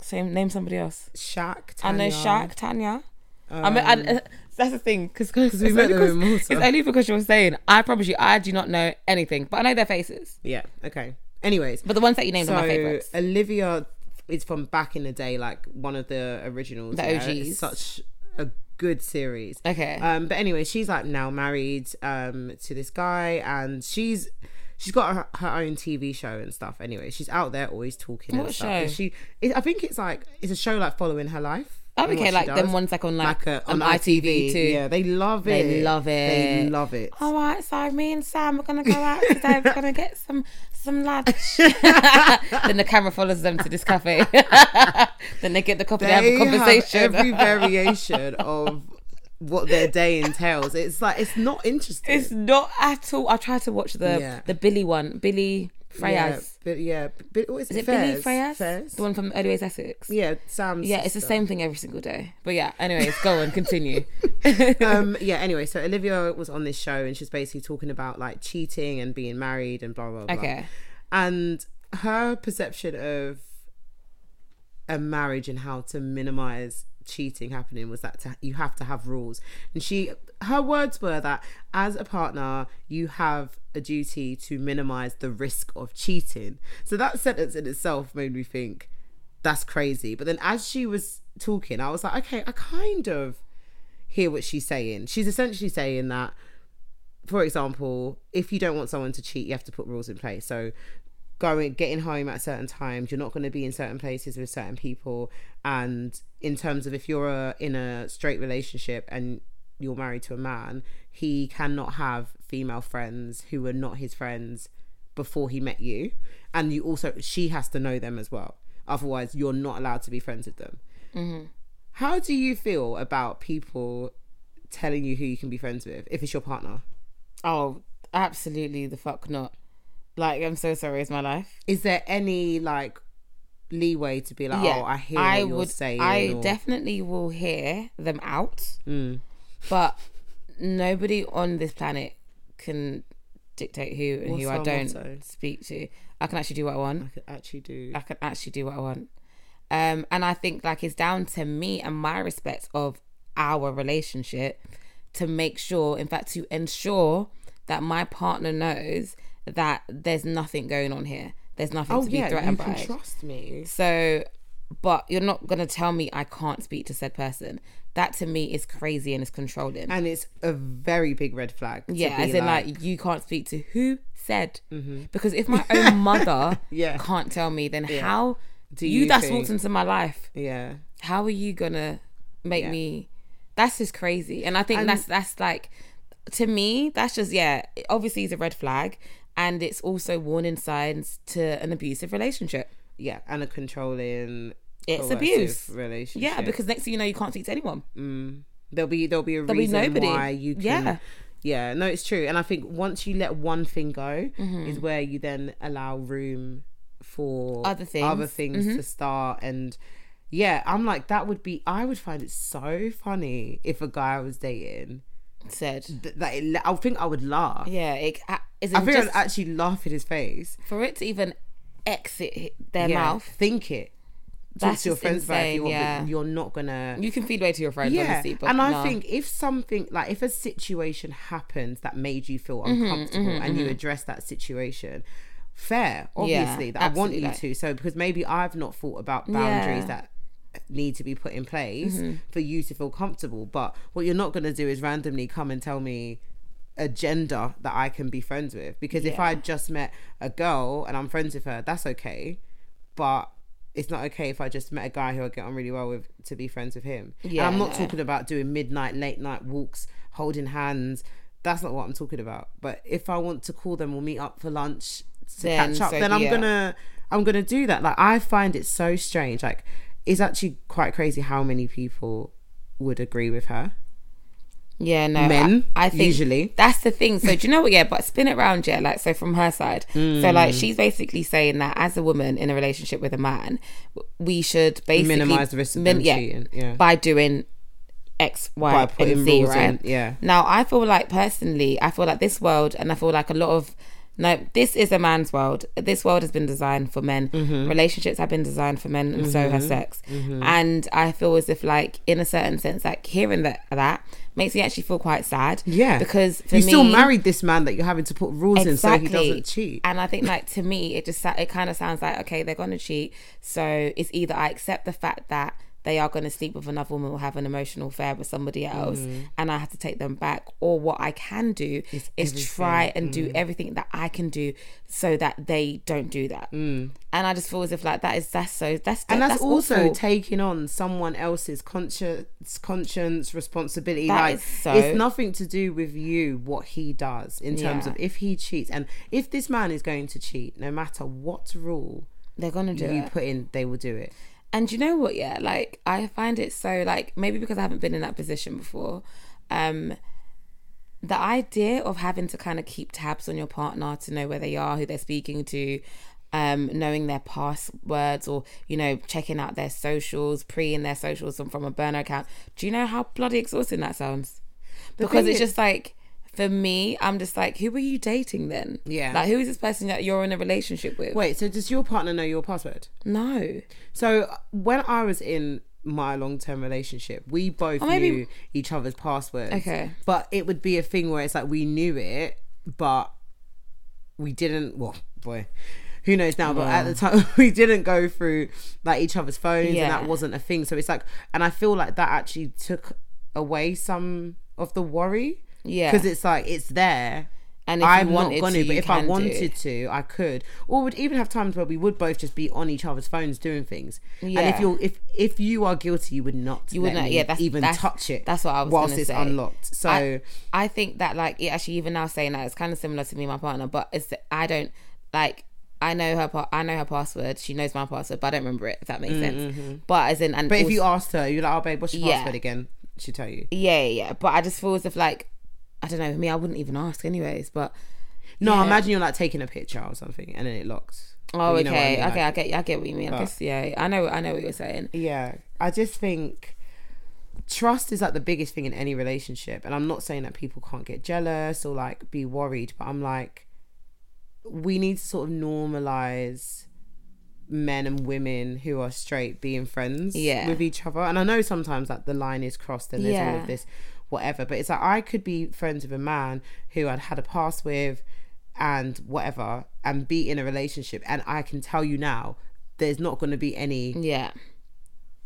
[SPEAKER 1] Same name somebody else.
[SPEAKER 2] Shaq.
[SPEAKER 1] I know
[SPEAKER 2] Tanya. Um,
[SPEAKER 1] Shaq, Tanya. I mean, and, uh, that's the thing because
[SPEAKER 2] we met them in Malta.
[SPEAKER 1] it's only because you're saying I promise you I do not know anything, but I know their faces.
[SPEAKER 2] Yeah. Okay. Anyways,
[SPEAKER 1] But the ones that you named
[SPEAKER 2] so
[SPEAKER 1] are my favorites.
[SPEAKER 2] Olivia is from back in the day, like one of the originals.
[SPEAKER 1] The
[SPEAKER 2] yeah? It's
[SPEAKER 1] OGs.
[SPEAKER 2] Such a good series.
[SPEAKER 1] Okay.
[SPEAKER 2] Um, but anyway, she's like now married um to this guy, and she's she's got her, her own TV show and stuff. Anyway, she's out there always talking. and
[SPEAKER 1] What
[SPEAKER 2] stuff. And
[SPEAKER 1] show?
[SPEAKER 2] She, it, I think it's like it's a show like following her life.
[SPEAKER 1] Oh,
[SPEAKER 2] and what
[SPEAKER 1] okay,
[SPEAKER 2] she
[SPEAKER 1] like them
[SPEAKER 2] does.
[SPEAKER 1] ones like on like,
[SPEAKER 2] like a,
[SPEAKER 1] on,
[SPEAKER 2] on,
[SPEAKER 1] ITV, too.
[SPEAKER 2] Yeah, they love it.
[SPEAKER 1] They love
[SPEAKER 2] They
[SPEAKER 1] it.
[SPEAKER 2] love it.
[SPEAKER 1] All right, so me and Sam are gonna go out today. We're gonna get some some lunch. then the camera follows them to this cafe. then they get the coffee. They, have
[SPEAKER 2] they
[SPEAKER 1] a conversation.
[SPEAKER 2] every variation of what their day entails. It's like it's not interesting.
[SPEAKER 1] it's not at all. I tried to watch the
[SPEAKER 2] Yeah.
[SPEAKER 1] the Billy one, Billy Freyas.
[SPEAKER 2] yeah, but yeah, but oh, what is,
[SPEAKER 1] Is
[SPEAKER 2] it,
[SPEAKER 1] it Billy Freyas?
[SPEAKER 2] Fairs? Fairs?
[SPEAKER 1] The one from Early Ways Essex.
[SPEAKER 2] Yeah, Sam's.
[SPEAKER 1] Yeah, it's the same thing every single day. But yeah, anyways, go on, continue.
[SPEAKER 2] um yeah anyway so olivia was on this show and she's basically talking about like cheating and being married and blah blah blah
[SPEAKER 1] Okay.
[SPEAKER 2] and her perception of a marriage and how to minimize cheating happening was that to, you have to have rules and she her words were that as a partner you have a duty to minimize the risk of cheating so that sentence in itself made me think that's crazy but then as she was talking i was like okay i kind of hear what she's saying she's essentially saying that for example, if you don't want someone to cheat, you have to put rules in place. So going getting home at certain times, you're not going to be in certain places with certain people. And in terms of if you're a, in a straight relationship and you're married to a man, he cannot have female friends who are not his friends before he met you. And you also she has to know them as well. Otherwise, you're not allowed to be friends with them. How do you feel about people telling you who you can be friends with if it's your partner?
[SPEAKER 1] Oh, absolutely the fuck not. Like, I'm so sorry, it's my life.
[SPEAKER 2] is there any like leeway to be like, oh, I hear what you're saying?
[SPEAKER 1] I
[SPEAKER 2] or-
[SPEAKER 1] definitely will hear them out,
[SPEAKER 2] Mm.
[SPEAKER 1] but nobody on this planet can dictate who and
[SPEAKER 2] What's
[SPEAKER 1] who I
[SPEAKER 2] our
[SPEAKER 1] don't
[SPEAKER 2] motto?
[SPEAKER 1] speak to. I can actually do what I
[SPEAKER 2] I
[SPEAKER 1] want.
[SPEAKER 2] could actually do.
[SPEAKER 1] I can actually do what I want, um, and I think like it's down to me and my respect of our relationship to make sure, in fact, to ensure that my partner knows that there's nothing going on here. There's nothing
[SPEAKER 2] Oh
[SPEAKER 1] to be
[SPEAKER 2] yeah, you
[SPEAKER 1] threatened by.
[SPEAKER 2] can trust me.
[SPEAKER 1] So, but you're not going to tell me I can't speak to said person. That to me is crazy and is controlling.
[SPEAKER 2] And it's a very big red flag. to
[SPEAKER 1] yeah,
[SPEAKER 2] be Mm-hmm.
[SPEAKER 1] as in like, you can't speak to who said. Because if my own mother
[SPEAKER 2] Yeah.
[SPEAKER 1] can't tell me, then how do
[SPEAKER 2] you
[SPEAKER 1] you, that's
[SPEAKER 2] think-
[SPEAKER 1] walked into my life?
[SPEAKER 2] yeah,
[SPEAKER 1] How are you gonna make
[SPEAKER 2] Yeah.
[SPEAKER 1] me? That's just crazy. And I think that's that's like to me, that's just yeah. it Obviously, it's a red flag, and it's also warning signs to an abusive relationship.
[SPEAKER 2] yeah, and a controlling.
[SPEAKER 1] It's
[SPEAKER 2] coercive
[SPEAKER 1] abuse.
[SPEAKER 2] relationship.
[SPEAKER 1] Yeah, because next thing you know, you can't speak to anyone.
[SPEAKER 2] there'll be there'll be a
[SPEAKER 1] be
[SPEAKER 2] reason
[SPEAKER 1] nobody.
[SPEAKER 2] why you can
[SPEAKER 1] Yeah.
[SPEAKER 2] Yeah, no, it's true. And I think once you let one thing go,
[SPEAKER 1] Mm-hmm.
[SPEAKER 2] is where you then allow room for
[SPEAKER 1] Other things. Mm-hmm.
[SPEAKER 2] other things to start. And yeah, I'm like, that would be, I would find it so funny if a guy I was dating,
[SPEAKER 1] Said.
[SPEAKER 2] th- that it, la- I think I would laugh.
[SPEAKER 1] Yeah. It, I- is
[SPEAKER 2] I
[SPEAKER 1] it
[SPEAKER 2] think
[SPEAKER 1] just
[SPEAKER 2] I'd actually laugh in his face.
[SPEAKER 1] for it to even exit hi- their
[SPEAKER 2] Yeah,
[SPEAKER 1] mouth?
[SPEAKER 2] Think it. Talk
[SPEAKER 1] That's
[SPEAKER 2] to your
[SPEAKER 1] just
[SPEAKER 2] friends about it if you
[SPEAKER 1] insane,
[SPEAKER 2] want, but
[SPEAKER 1] yeah.
[SPEAKER 2] you're not gonna.
[SPEAKER 1] You can feed way to your friends, obviously. But
[SPEAKER 2] and I
[SPEAKER 1] no.
[SPEAKER 2] think if something like if a situation happens that made you feel
[SPEAKER 1] Mm-hmm,
[SPEAKER 2] uncomfortable and you address that situation, fair, obviously that I want
[SPEAKER 1] absolutely,
[SPEAKER 2] you
[SPEAKER 1] like-
[SPEAKER 2] to. So because maybe I've not thought about boundaries
[SPEAKER 1] Yeah. Mm-hmm.
[SPEAKER 2] that need to be put in place for you to feel comfortable. But what you're not gonna do is randomly come and tell me a gender that I can be friends with. Because if
[SPEAKER 1] Yeah.
[SPEAKER 2] I just met a girl and I'm friends with her, that's okay. But it's not okay if I just met a guy who I get on really well with to be friends with him. Yeah,
[SPEAKER 1] Yeah,
[SPEAKER 2] I'm not
[SPEAKER 1] no.
[SPEAKER 2] talking about doing midnight, late night walks, holding hands. That's not what I'm talking about. But if I want to call them or meet up for lunch to
[SPEAKER 1] Then
[SPEAKER 2] catch up,
[SPEAKER 1] so
[SPEAKER 2] then
[SPEAKER 1] be
[SPEAKER 2] I'm
[SPEAKER 1] it.
[SPEAKER 2] gonna I'm gonna do that. Like I find it so strange. Like it's actually quite crazy how many people would agree with her.
[SPEAKER 1] Yeah, no.
[SPEAKER 2] Men,
[SPEAKER 1] I, I think
[SPEAKER 2] usually.
[SPEAKER 1] that's the thing. So do you know what? Yeah, but spin it round, yeah. Like so, from her side, so like
[SPEAKER 2] Mm.
[SPEAKER 1] she's basically saying that as a woman in a relationship with a man, w- we should basically
[SPEAKER 2] Minimise the risk of them cheating, yeah.
[SPEAKER 1] by doing X, Y,
[SPEAKER 2] By putting
[SPEAKER 1] and Z,
[SPEAKER 2] rules in,
[SPEAKER 1] right?
[SPEAKER 2] yeah.
[SPEAKER 1] Now I feel like personally, I feel like this world, and I feel like a lot of no, this is a man's world. This world has been designed for men.
[SPEAKER 2] Mm-hmm.
[SPEAKER 1] Relationships have been designed for men, and so has sex. And I feel as if, like, in a certain sense, like hearing that that makes me actually feel quite sad.
[SPEAKER 2] Yeah.
[SPEAKER 1] because for
[SPEAKER 2] you
[SPEAKER 1] me,
[SPEAKER 2] still married this man that you're having to put rules in so he doesn't cheat.
[SPEAKER 1] and I think like to me, it just sa- it kind of sounds like okay, they're gonna cheat. So it's either I accept the fact that they are gonna sleep with another woman or have an emotional affair with somebody else,
[SPEAKER 2] Mm-hmm.
[SPEAKER 1] and I have to take them back. Or what I can do is try and
[SPEAKER 2] Mm.
[SPEAKER 1] do everything that I can do so that they don't do that. And I just feel as if like that is that's so that's
[SPEAKER 2] Mm. and that's, also
[SPEAKER 1] awful.
[SPEAKER 2] taking on someone else's conscience conscience responsibility
[SPEAKER 1] That
[SPEAKER 2] like
[SPEAKER 1] is so-
[SPEAKER 2] it's nothing to do with you what he does in terms
[SPEAKER 1] Yeah.
[SPEAKER 2] of if he cheats and if this man is going to cheat no matter what rule
[SPEAKER 1] they're gonna do
[SPEAKER 2] you
[SPEAKER 1] it.
[SPEAKER 2] put in they will do it
[SPEAKER 1] And you know what? Yeah, like I find it so like maybe because I haven't been in that position before. Um, the idea of having to kind of keep tabs on your partner to know where they are, who they're speaking to, um, knowing their passwords or, you know, checking out their socials, pre in their socials and from a burner account. Do you know how bloody exhausting that sounds? Because
[SPEAKER 2] thing
[SPEAKER 1] it's
[SPEAKER 2] is-
[SPEAKER 1] just like for me, I'm just like, who are you dating then?
[SPEAKER 2] Yeah.
[SPEAKER 1] Like who is this person that you're in a relationship with?
[SPEAKER 2] wait so does your partner know your password
[SPEAKER 1] No.
[SPEAKER 2] So when I was in my long-term relationship, we both
[SPEAKER 1] maybe-
[SPEAKER 2] knew each other's passwords.
[SPEAKER 1] Okay.
[SPEAKER 2] But it would be a thing where it's like we knew it, but we didn't. Well, boy, who knows now? But at the time, we didn't go through like each other's phones, and
[SPEAKER 1] Yeah.
[SPEAKER 2] that wasn't a thing. So it's like, and I feel like that actually took away some of the worry.
[SPEAKER 1] Yeah.
[SPEAKER 2] Because it's like it's there,
[SPEAKER 1] And
[SPEAKER 2] I'm not gonna,
[SPEAKER 1] to,
[SPEAKER 2] but
[SPEAKER 1] you
[SPEAKER 2] if I
[SPEAKER 1] can do.
[SPEAKER 2] wanted to, I could. Or would even have times where we would both just be on each other's phones doing things. And if
[SPEAKER 1] Yeah.
[SPEAKER 2] you're if if you are guilty, you would not you
[SPEAKER 1] would not- yeah, that's-
[SPEAKER 2] even
[SPEAKER 1] that's-
[SPEAKER 2] touch it.
[SPEAKER 1] that's what I was
[SPEAKER 2] whilst
[SPEAKER 1] gonna
[SPEAKER 2] it's
[SPEAKER 1] say.
[SPEAKER 2] unlocked. So
[SPEAKER 1] I, I think that like it actually even now saying that it's kind of similar to me and my partner, but it's that I don't like I know her pa- I know her password. She knows my password, but I don't remember it. If that makes sense. But as in, and
[SPEAKER 2] Mm-hmm. but if you asked her, you're like, "Oh, babe, what's your
[SPEAKER 1] Yeah.
[SPEAKER 2] password again?" She'd tell you.
[SPEAKER 1] yeah, yeah, yeah. But I just feel as if like I don't know. For me, I wouldn't even ask anyways. But
[SPEAKER 2] No,
[SPEAKER 1] Yeah.
[SPEAKER 2] imagine you're like taking a picture or something, and then it locks.
[SPEAKER 1] oh,
[SPEAKER 2] You know what I
[SPEAKER 1] okay,
[SPEAKER 2] mean, like-
[SPEAKER 1] okay, I get, I get what you mean. I guess yeah, I know, I know what you're saying.
[SPEAKER 2] Yeah, I just think trust is like the biggest thing in any relationship. And I'm not saying that people can't get jealous or like be worried, but I'm like, we need to sort of normalize men and women who are straight being friends
[SPEAKER 1] Yeah.
[SPEAKER 2] with each other. And I know sometimes like the line is crossed and there's all
[SPEAKER 1] Yeah.
[SPEAKER 2] of this whatever, but it's like I could be friends with a man who I'd had a past with and whatever and be in a relationship and I can tell you now there's not going to be any
[SPEAKER 1] Yeah,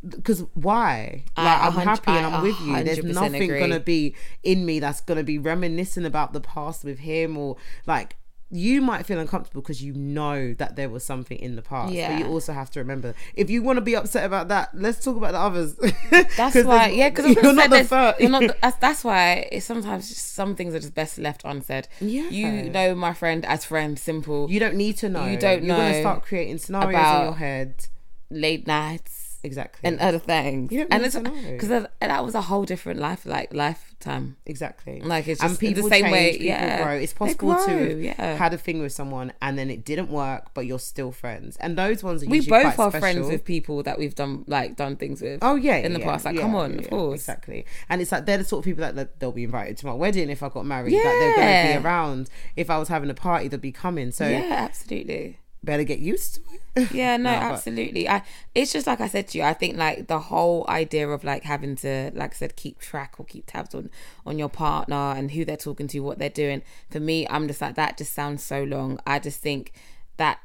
[SPEAKER 2] because why?
[SPEAKER 1] I
[SPEAKER 2] Like, I'm
[SPEAKER 1] 100
[SPEAKER 2] happy and I'm
[SPEAKER 1] I
[SPEAKER 2] with you. There's
[SPEAKER 1] 100%
[SPEAKER 2] nothing
[SPEAKER 1] agree.
[SPEAKER 2] gonna be in me that's gonna be reminiscing about the past with him or like you might feel uncomfortable because you know that there was something in the past.
[SPEAKER 1] Yeah.
[SPEAKER 2] But you also have to remember if you want to be upset about that, let's talk about the others.
[SPEAKER 1] that's why.
[SPEAKER 2] there's-
[SPEAKER 1] Yeah, because
[SPEAKER 2] you're not the first.
[SPEAKER 1] You're not. the- that's, that's why. It's sometimes just, some things are just best left unsaid.
[SPEAKER 2] Yeah.
[SPEAKER 1] you know my friend as friend. Simple.
[SPEAKER 2] You don't need to know.
[SPEAKER 1] You don't
[SPEAKER 2] You're gonna
[SPEAKER 1] know
[SPEAKER 2] start creating scenarios in
[SPEAKER 1] about-
[SPEAKER 2] your head.
[SPEAKER 1] late nights,
[SPEAKER 2] exactly.
[SPEAKER 1] and other things.
[SPEAKER 2] You don't
[SPEAKER 1] and
[SPEAKER 2] need
[SPEAKER 1] it's
[SPEAKER 2] to know.
[SPEAKER 1] because that, that was a whole different life, like lifetime.
[SPEAKER 2] exactly.
[SPEAKER 1] Like it's
[SPEAKER 2] and
[SPEAKER 1] just
[SPEAKER 2] people
[SPEAKER 1] the same
[SPEAKER 2] change,
[SPEAKER 1] way.
[SPEAKER 2] people
[SPEAKER 1] yeah,
[SPEAKER 2] grow. It's
[SPEAKER 1] They
[SPEAKER 2] possible to
[SPEAKER 1] grow,
[SPEAKER 2] have
[SPEAKER 1] yeah.
[SPEAKER 2] had a thing with someone and then it didn't work, but you're still friends. And those ones are
[SPEAKER 1] we
[SPEAKER 2] usually
[SPEAKER 1] both
[SPEAKER 2] quite
[SPEAKER 1] are
[SPEAKER 2] special.
[SPEAKER 1] friends with people that we've done like done things with.
[SPEAKER 2] Oh yeah,
[SPEAKER 1] in the
[SPEAKER 2] yeah,
[SPEAKER 1] past. Like,
[SPEAKER 2] yeah,
[SPEAKER 1] come on,
[SPEAKER 2] yeah,
[SPEAKER 1] of
[SPEAKER 2] yeah,
[SPEAKER 1] course.
[SPEAKER 2] exactly. And it's like they're the sort of people that, that they'll be invited to my wedding if I got married. Yeah. Like they're going to
[SPEAKER 1] Yeah.
[SPEAKER 2] be around. If I was having a party, they'll be coming. So
[SPEAKER 1] Yeah, absolutely.
[SPEAKER 2] better get used to it.
[SPEAKER 1] Yeah, no,
[SPEAKER 2] Nah, but-
[SPEAKER 1] absolutely. I it's just like I said to you, I think like the whole idea of like having to like I said keep track or keep tabs on on your partner and who they're talking to, what they're doing. For me, I'm just like that just sounds so long. I just think that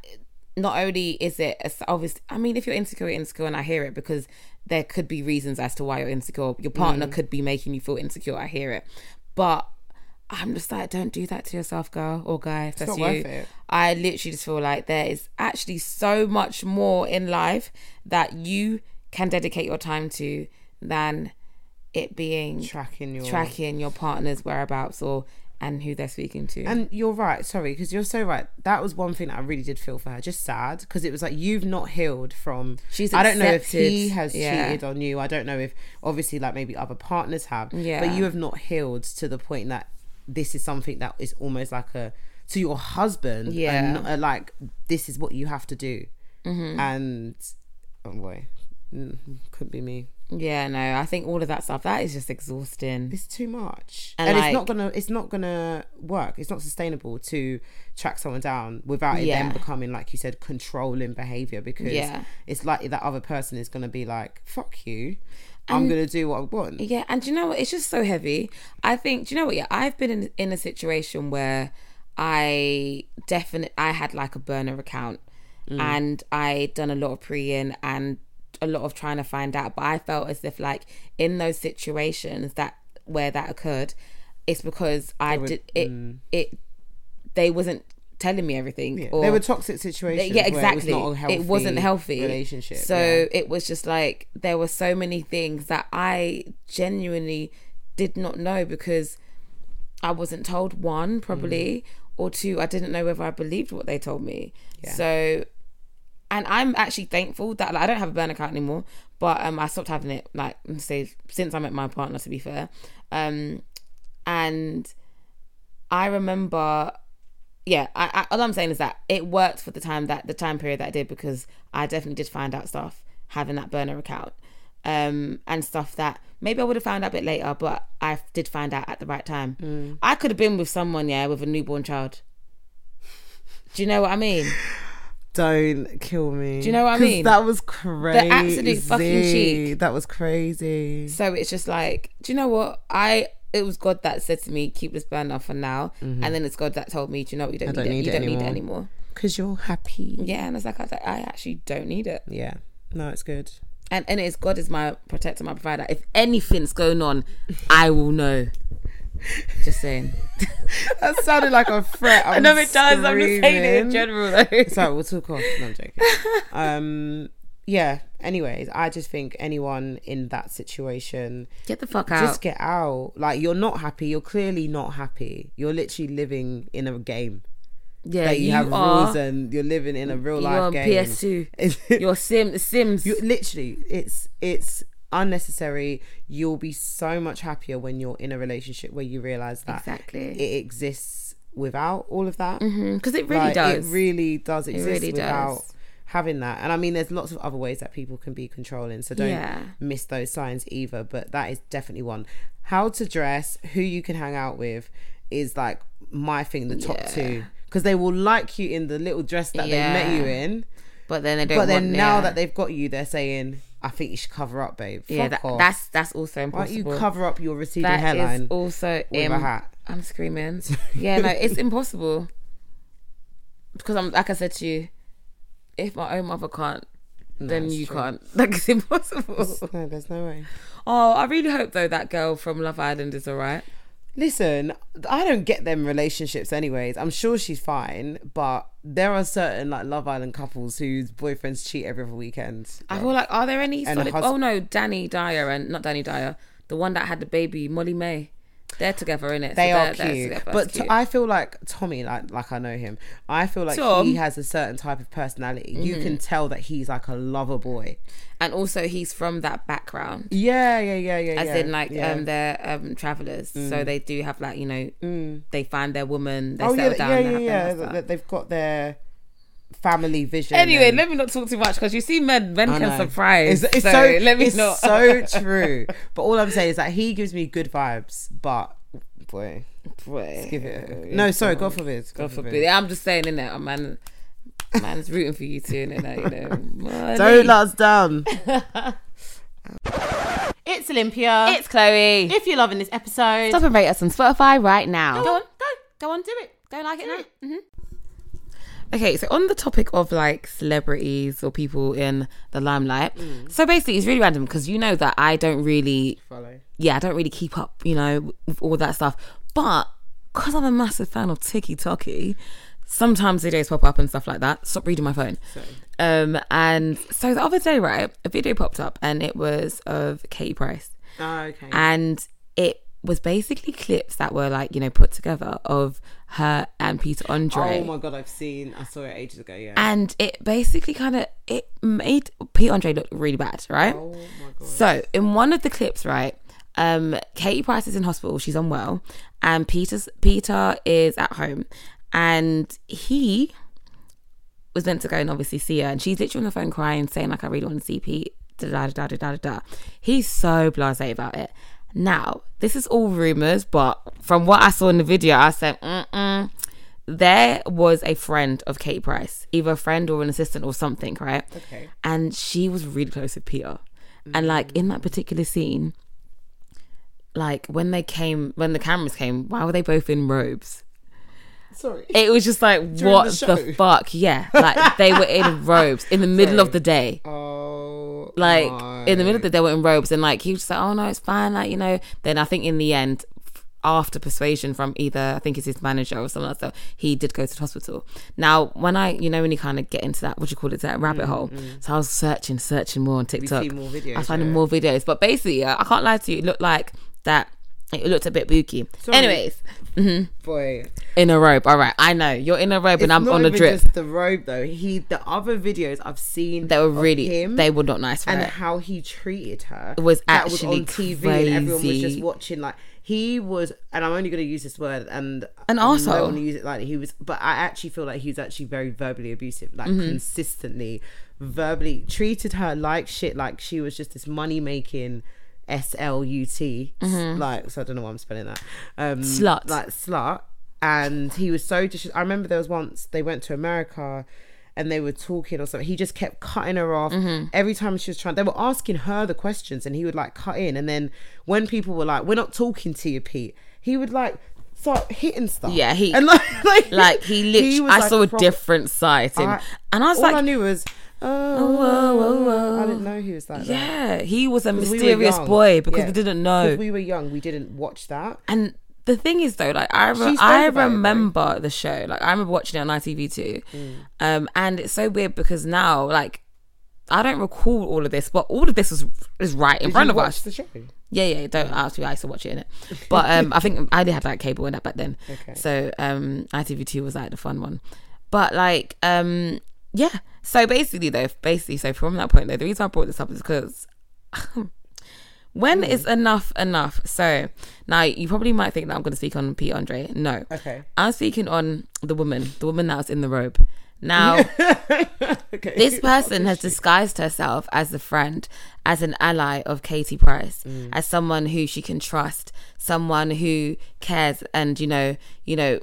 [SPEAKER 1] not only is it a s- obvious I mean if you're insecure, you're insecure and I hear it because there could be reasons as to why you're insecure. Your
[SPEAKER 2] Mm.
[SPEAKER 1] partner could be making you feel insecure. I hear it. But I'm just like, don't do that to yourself, girl or guy. If that's
[SPEAKER 2] not
[SPEAKER 1] you,
[SPEAKER 2] worth it.
[SPEAKER 1] I literally just feel like there is actually so much more in life that you can dedicate your time to than it being
[SPEAKER 2] Tracking your
[SPEAKER 1] tracking your partner's whereabouts or and who they're speaking to.
[SPEAKER 2] And you're right, sorry, because you're so right. That was one thing that I really did feel for her, just sad, because it was like you've not healed from.
[SPEAKER 1] She's
[SPEAKER 2] I don't know if
[SPEAKER 1] accepted-
[SPEAKER 2] he has
[SPEAKER 1] yeah.
[SPEAKER 2] cheated on you. I don't know if obviously like maybe other partners have.
[SPEAKER 1] Yeah.
[SPEAKER 2] But you have not healed to the point that this is something that is almost like a to your husband.
[SPEAKER 1] Yeah. Mm-hmm.
[SPEAKER 2] And not, uh, like this is what you have to do. And oh boy, mm, couldn't be me.
[SPEAKER 1] yeah, no, I think all of that stuff that is just exhausting.
[SPEAKER 2] It's too much,
[SPEAKER 1] And,
[SPEAKER 2] and, it's not
[SPEAKER 1] like-
[SPEAKER 2] gonna. It's not gonna work. It's not sustainable to track someone down without it
[SPEAKER 1] Yeah.
[SPEAKER 2] then becoming, like you said, controlling behavior. Because
[SPEAKER 1] Yeah.
[SPEAKER 2] it's likely that other person is gonna be like, "Fuck you, I'm gonna do what I want."
[SPEAKER 1] Yeah, and do you know what? It's just so heavy. I think. Do you know what? Yeah, I've been in in a situation where I definitely I had like a burner account,
[SPEAKER 2] Mm.
[SPEAKER 1] and I done a lot of preying and a lot of trying to find out. But I felt as if like in those situations that where that occurred, it's because I did it. It they wasn't telling me everything. or
[SPEAKER 2] Mm. they were toxic situations.
[SPEAKER 1] yeah,
[SPEAKER 2] where
[SPEAKER 1] exactly.
[SPEAKER 2] it, was not a healthy
[SPEAKER 1] it wasn't healthy
[SPEAKER 2] relationship.
[SPEAKER 1] So
[SPEAKER 2] yeah.
[SPEAKER 1] it was just like there were so many things that I genuinely did not know because I wasn't told one probably
[SPEAKER 2] Mm.
[SPEAKER 1] or two. I didn't know whether I believed what they told me. So and I'm actually thankful that like, I don't have a burn account anymore, but um, I stopped having it like let's say since I met my partner. To be fair, um, and I remember, yeah, I, I, all I'm saying is that it worked for the time that the time period that I did because I definitely did find out stuff having that burner account, um, and stuff that maybe I would have found out a bit later, but I did find out at the right time.
[SPEAKER 2] Mm.
[SPEAKER 1] I could have been with someone, yeah, with a newborn child. Do you know what I mean?
[SPEAKER 2] don't kill me. Do
[SPEAKER 1] you know what I mean?
[SPEAKER 2] That was crazy.
[SPEAKER 1] absolute fucking cheek.
[SPEAKER 2] That was crazy.
[SPEAKER 1] So it's just like, do you know what? I it was God that said to me, keep this burner for now, and then it's God that told me, do you know what? You don't,
[SPEAKER 2] Mm-hmm. don't
[SPEAKER 1] need,
[SPEAKER 2] need
[SPEAKER 1] it. You
[SPEAKER 2] it
[SPEAKER 1] don't need it
[SPEAKER 2] anymore.
[SPEAKER 1] anymore.
[SPEAKER 2] Because you're happy.
[SPEAKER 1] Yeah, and it's like I, was like, I actually don't need it,
[SPEAKER 2] Yeah. No, it's good.
[SPEAKER 1] and and it's God is my protector, my provider. If anything's going on, I will know. Just saying.
[SPEAKER 2] That sounded like a threat. i
[SPEAKER 1] in general though.
[SPEAKER 2] Sorry, we'll talk off. No, I'm joking. um, yeah. Anyways, I just think anyone in that situation,
[SPEAKER 1] Get the fuck out.
[SPEAKER 2] just get out. Like you're not happy. You're clearly not happy. You're literally living in a game.
[SPEAKER 1] yeah,
[SPEAKER 2] Like, you,
[SPEAKER 1] you,
[SPEAKER 2] have rules
[SPEAKER 1] are.
[SPEAKER 2] and you're living in a real
[SPEAKER 1] You
[SPEAKER 2] life
[SPEAKER 1] are on
[SPEAKER 2] game.
[SPEAKER 1] PS2. Your Sim, the Sims.
[SPEAKER 2] You- literally, it's it's unnecessary. You'll be so much happier when you're in a relationship where you realize that
[SPEAKER 1] exactly.
[SPEAKER 2] it exists without all of that.
[SPEAKER 1] Because Mm-hmm. it really
[SPEAKER 2] Like,
[SPEAKER 1] does.
[SPEAKER 2] It really does exist
[SPEAKER 1] really does.
[SPEAKER 2] without having that. And I mean, there's lots of other ways that people can be controlling, so don't
[SPEAKER 1] Yeah.
[SPEAKER 2] miss those signs either. But that is definitely one. How to dress, who you can hang out with, is like my thing. The top
[SPEAKER 1] Yeah.
[SPEAKER 2] two. Because they will like you in the little dress that they
[SPEAKER 1] Yeah.
[SPEAKER 2] met you in,
[SPEAKER 1] but then they don't.
[SPEAKER 2] but then
[SPEAKER 1] want-
[SPEAKER 2] now
[SPEAKER 1] yeah.
[SPEAKER 2] that they've got you, they're saying, "I think you should cover up, babe.
[SPEAKER 1] yeah,
[SPEAKER 2] Fuck
[SPEAKER 1] that,
[SPEAKER 2] off.
[SPEAKER 1] that's that's also
[SPEAKER 2] Why don't
[SPEAKER 1] impossible.
[SPEAKER 2] you cover up your receding
[SPEAKER 1] That is
[SPEAKER 2] hairline
[SPEAKER 1] also
[SPEAKER 2] with
[SPEAKER 1] im-
[SPEAKER 2] a hat?"
[SPEAKER 1] I'm screaming. yeah, no, it's impossible because I'm like I said to you, if my own mother can't, then
[SPEAKER 2] it's
[SPEAKER 1] you
[SPEAKER 2] true.
[SPEAKER 1] can't. Like it's impossible.
[SPEAKER 2] No, there's no way.
[SPEAKER 1] oh, I really hope though that girl from Love Island is alright.
[SPEAKER 2] Listen, I don't get them relationships anyways. I'm sure she's fine, but there are certain like Love Island couples whose boyfriends cheat every other weekend.
[SPEAKER 1] I feel like are there any
[SPEAKER 2] And
[SPEAKER 1] solid?
[SPEAKER 2] hus-
[SPEAKER 1] oh no, Danny Dyer and not Danny Dyer, the one that had the baby, Molly May. They're together, innit? So
[SPEAKER 2] They
[SPEAKER 1] they're-
[SPEAKER 2] are
[SPEAKER 1] they're
[SPEAKER 2] cute,
[SPEAKER 1] together.
[SPEAKER 2] but
[SPEAKER 1] It's cute.
[SPEAKER 2] I feel like Tommy, like like I know him. I feel like
[SPEAKER 1] Tom?
[SPEAKER 2] he has a certain type of personality. You can tell that he's like a lover boy.
[SPEAKER 1] and also he's from that background.
[SPEAKER 2] Yeah, yeah, yeah, yeah.
[SPEAKER 1] As
[SPEAKER 2] yeah,
[SPEAKER 1] in, like,
[SPEAKER 2] yeah. Mm.
[SPEAKER 1] um, they're um, travelers, so they do have like you know, they find their woman, they
[SPEAKER 2] oh yeah,
[SPEAKER 1] settle
[SPEAKER 2] th-
[SPEAKER 1] down.
[SPEAKER 2] yeah,
[SPEAKER 1] they
[SPEAKER 2] yeah,
[SPEAKER 1] have their
[SPEAKER 2] yeah.
[SPEAKER 1] lifestyle.
[SPEAKER 2] That, that they've got their family vision.
[SPEAKER 1] Anyway,
[SPEAKER 2] and-
[SPEAKER 1] let me not talk too much because you see, men men
[SPEAKER 2] I
[SPEAKER 1] can
[SPEAKER 2] know.
[SPEAKER 1] surprise.
[SPEAKER 2] It's, it's so,
[SPEAKER 1] so, let me
[SPEAKER 2] it's
[SPEAKER 1] not.
[SPEAKER 2] so true. But all I'm saying is that he gives me good vibes, but boy, give it. a- no, sorry, God forbid. God,
[SPEAKER 1] God
[SPEAKER 2] forbid.
[SPEAKER 1] forbid. Yeah, I'm just saying, innit? A man, man's rooting for you too, innit? Like, you know,
[SPEAKER 2] Don't let us down. it's Olympia.
[SPEAKER 1] It's Chloe.
[SPEAKER 2] if you're loving this episode,
[SPEAKER 1] Stop and rate us on Spotify right now.
[SPEAKER 2] Go on,
[SPEAKER 1] go, go on, do it. Go like it now. Okay, so on the topic of like celebrities or people in the limelight, so basically it's really random because you know that I don't really
[SPEAKER 2] follow.
[SPEAKER 1] yeah, I don't really keep up, you know, with all that stuff. But because I'm a massive fan of Tiki Toki, sometimes videos pop up and stuff like that. Stop reading my phone. Um, and so the other day, right, a video popped up and it was of Katie Price,
[SPEAKER 2] Oh, okay.
[SPEAKER 1] and it was basically clips that were like you know put together of her and Peter Andre.
[SPEAKER 2] Oh my god, I've seen. I saw it ages ago. Yeah.
[SPEAKER 1] and it basically kind of it made Peter Andre look really bad, right?
[SPEAKER 2] oh my god.
[SPEAKER 1] So in one of the clips, right, um, Katie Price is in hospital, she's unwell, and Peter's Peter is at home, and he was meant to go and obviously see her, and she's literally on the phone crying, saying like, "I really want to see Pete." Da da da da da da. da. He's so blasé about it. Now this is all rumors, but from what I saw in the video, I said, "Mm-mm." There was a friend of Katie Price, either a friend or an assistant or something, right?
[SPEAKER 2] Okay.
[SPEAKER 1] and she was really close with Peter. And like in that particular scene, like when they came, when the cameras came, why were they both in robes?
[SPEAKER 2] Sorry.
[SPEAKER 1] It was just like, what
[SPEAKER 2] the
[SPEAKER 1] the,
[SPEAKER 2] show?
[SPEAKER 1] fuck? Yeah, like they were in robes in the middle of the day.
[SPEAKER 2] oh.
[SPEAKER 1] Like
[SPEAKER 2] my.
[SPEAKER 1] in the middle of the day, they were in robes, and like he was just like, oh no, it's fine. Like you know. Then I think in the end, f- after persuasion from either I think it's his manager or someone else, so he did go to the hospital. Now, when I, you know, when you kind of get into that, what do you call it, that rabbit hole. So I was searching, searching more on TikTok.
[SPEAKER 2] Mm, see more videos,
[SPEAKER 1] I was finding
[SPEAKER 2] yeah.
[SPEAKER 1] more videos, but basically, uh, I can't lie to you. It looked like that. It looked a bit booky. Anyways,
[SPEAKER 2] boy.
[SPEAKER 1] in a robe. All right, I know you're in a robe, and
[SPEAKER 2] It's
[SPEAKER 1] I'm
[SPEAKER 2] not
[SPEAKER 1] on a
[SPEAKER 2] even
[SPEAKER 1] drip.
[SPEAKER 2] Just the robe though. He the other videos I've seen
[SPEAKER 1] They were
[SPEAKER 2] of
[SPEAKER 1] really,
[SPEAKER 2] him
[SPEAKER 1] they were not nice for
[SPEAKER 2] and
[SPEAKER 1] her.
[SPEAKER 2] how he treated her
[SPEAKER 1] was
[SPEAKER 2] that
[SPEAKER 1] actually
[SPEAKER 2] and everyone was just
[SPEAKER 1] crazy.
[SPEAKER 2] watching like he was and I'm only going to use this word and
[SPEAKER 1] An
[SPEAKER 2] I
[SPEAKER 1] arsehole.
[SPEAKER 2] don't want to use it like he was but I actually feel like he was actually very verbally abusive like consistently verbally treated her like shit like she was just this money making S L U T like so I don't know why I'm spelling that um
[SPEAKER 1] Slut.
[SPEAKER 2] like slut and he was so just i remember there was once they went to america and they were talking or something he just kept cutting her off every time she was trying they were asking her the questions and he would like cut in and then when people were like we're not talking to you pete he would like start hitting stuff
[SPEAKER 1] Yeah, he-
[SPEAKER 2] and like like,
[SPEAKER 1] Like he literally,
[SPEAKER 2] was,
[SPEAKER 1] I
[SPEAKER 2] like,
[SPEAKER 1] saw a
[SPEAKER 2] proper-
[SPEAKER 1] different side to him, and I was
[SPEAKER 2] all
[SPEAKER 1] like,
[SPEAKER 2] i knew was oh,
[SPEAKER 1] whoa, whoa, whoa.
[SPEAKER 2] i didn't know he was like that
[SPEAKER 1] oh. Yeah, he was a
[SPEAKER 2] 'Cause we were
[SPEAKER 1] mysterious
[SPEAKER 2] young.
[SPEAKER 1] boy because
[SPEAKER 2] Yeah.
[SPEAKER 1] we didn't
[SPEAKER 2] 'Cause
[SPEAKER 1] know.
[SPEAKER 2] we were young we didn't watch that
[SPEAKER 1] and the thing is, though, like I, re-
[SPEAKER 2] spoke
[SPEAKER 1] I
[SPEAKER 2] about it, though. Mm.
[SPEAKER 1] remember the show. Like I remember watching it on ITV too, um, and it's so weird because now, like, I don't recall all of this, but all of this was is right in
[SPEAKER 2] Did
[SPEAKER 1] front
[SPEAKER 2] you
[SPEAKER 1] of
[SPEAKER 2] watch
[SPEAKER 1] us.
[SPEAKER 2] the show
[SPEAKER 1] Yeah, yeah, don't ask me. I used to watch it in it, but um, I think I only had like cable and that back then.
[SPEAKER 2] Okay.
[SPEAKER 1] So um, ITV2 was like the fun one, but like um, yeah. So basically, though, basically, so from that point, though, the reason I brought this up is because
[SPEAKER 2] Hmm.
[SPEAKER 1] when is enough enough? So now you probably might think that I'm going to speak on Pete Andre. No,
[SPEAKER 2] okay
[SPEAKER 1] I'm speaking on the woman, the woman that was in the robe. Now
[SPEAKER 2] okay
[SPEAKER 1] this person has disguised herself as a friend, as an ally of Katie Price, as someone who she can trust, someone who cares and you know, you know,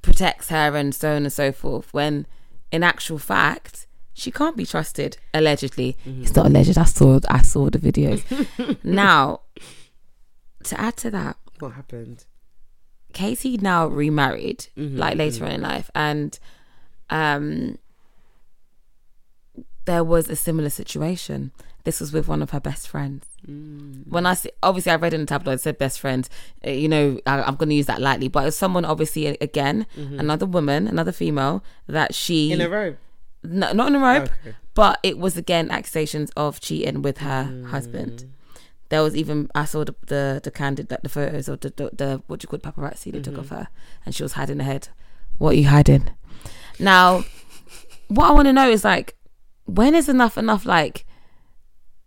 [SPEAKER 1] protects her and so on and so forth. When in actual fact, she can't be trusted. Allegedly, it's not alleged. I saw, I saw the videos. now, to add to that,
[SPEAKER 2] what happened
[SPEAKER 1] Katie now remarried
[SPEAKER 2] Mm-hmm,
[SPEAKER 1] like later on in life and um there was a similar situation. This was with one of her best friends.
[SPEAKER 2] Mm.
[SPEAKER 1] When I see, obviously I read in the tabloid it said best friend, uh, you know I, I'm going to use that lightly, but it's someone obviously a- again another woman, another female that she
[SPEAKER 2] Mm-hmm. in a robe
[SPEAKER 1] no, not in a robe,
[SPEAKER 2] Okay.
[SPEAKER 1] but it was again accusations of cheating with her husband. there was even I saw the the, the candid like the photos of the, the, the what do you call it, paparazzi they took of her, and she was hiding her head. What are you hiding? Now, what I want to know is like, when is enough enough? Like,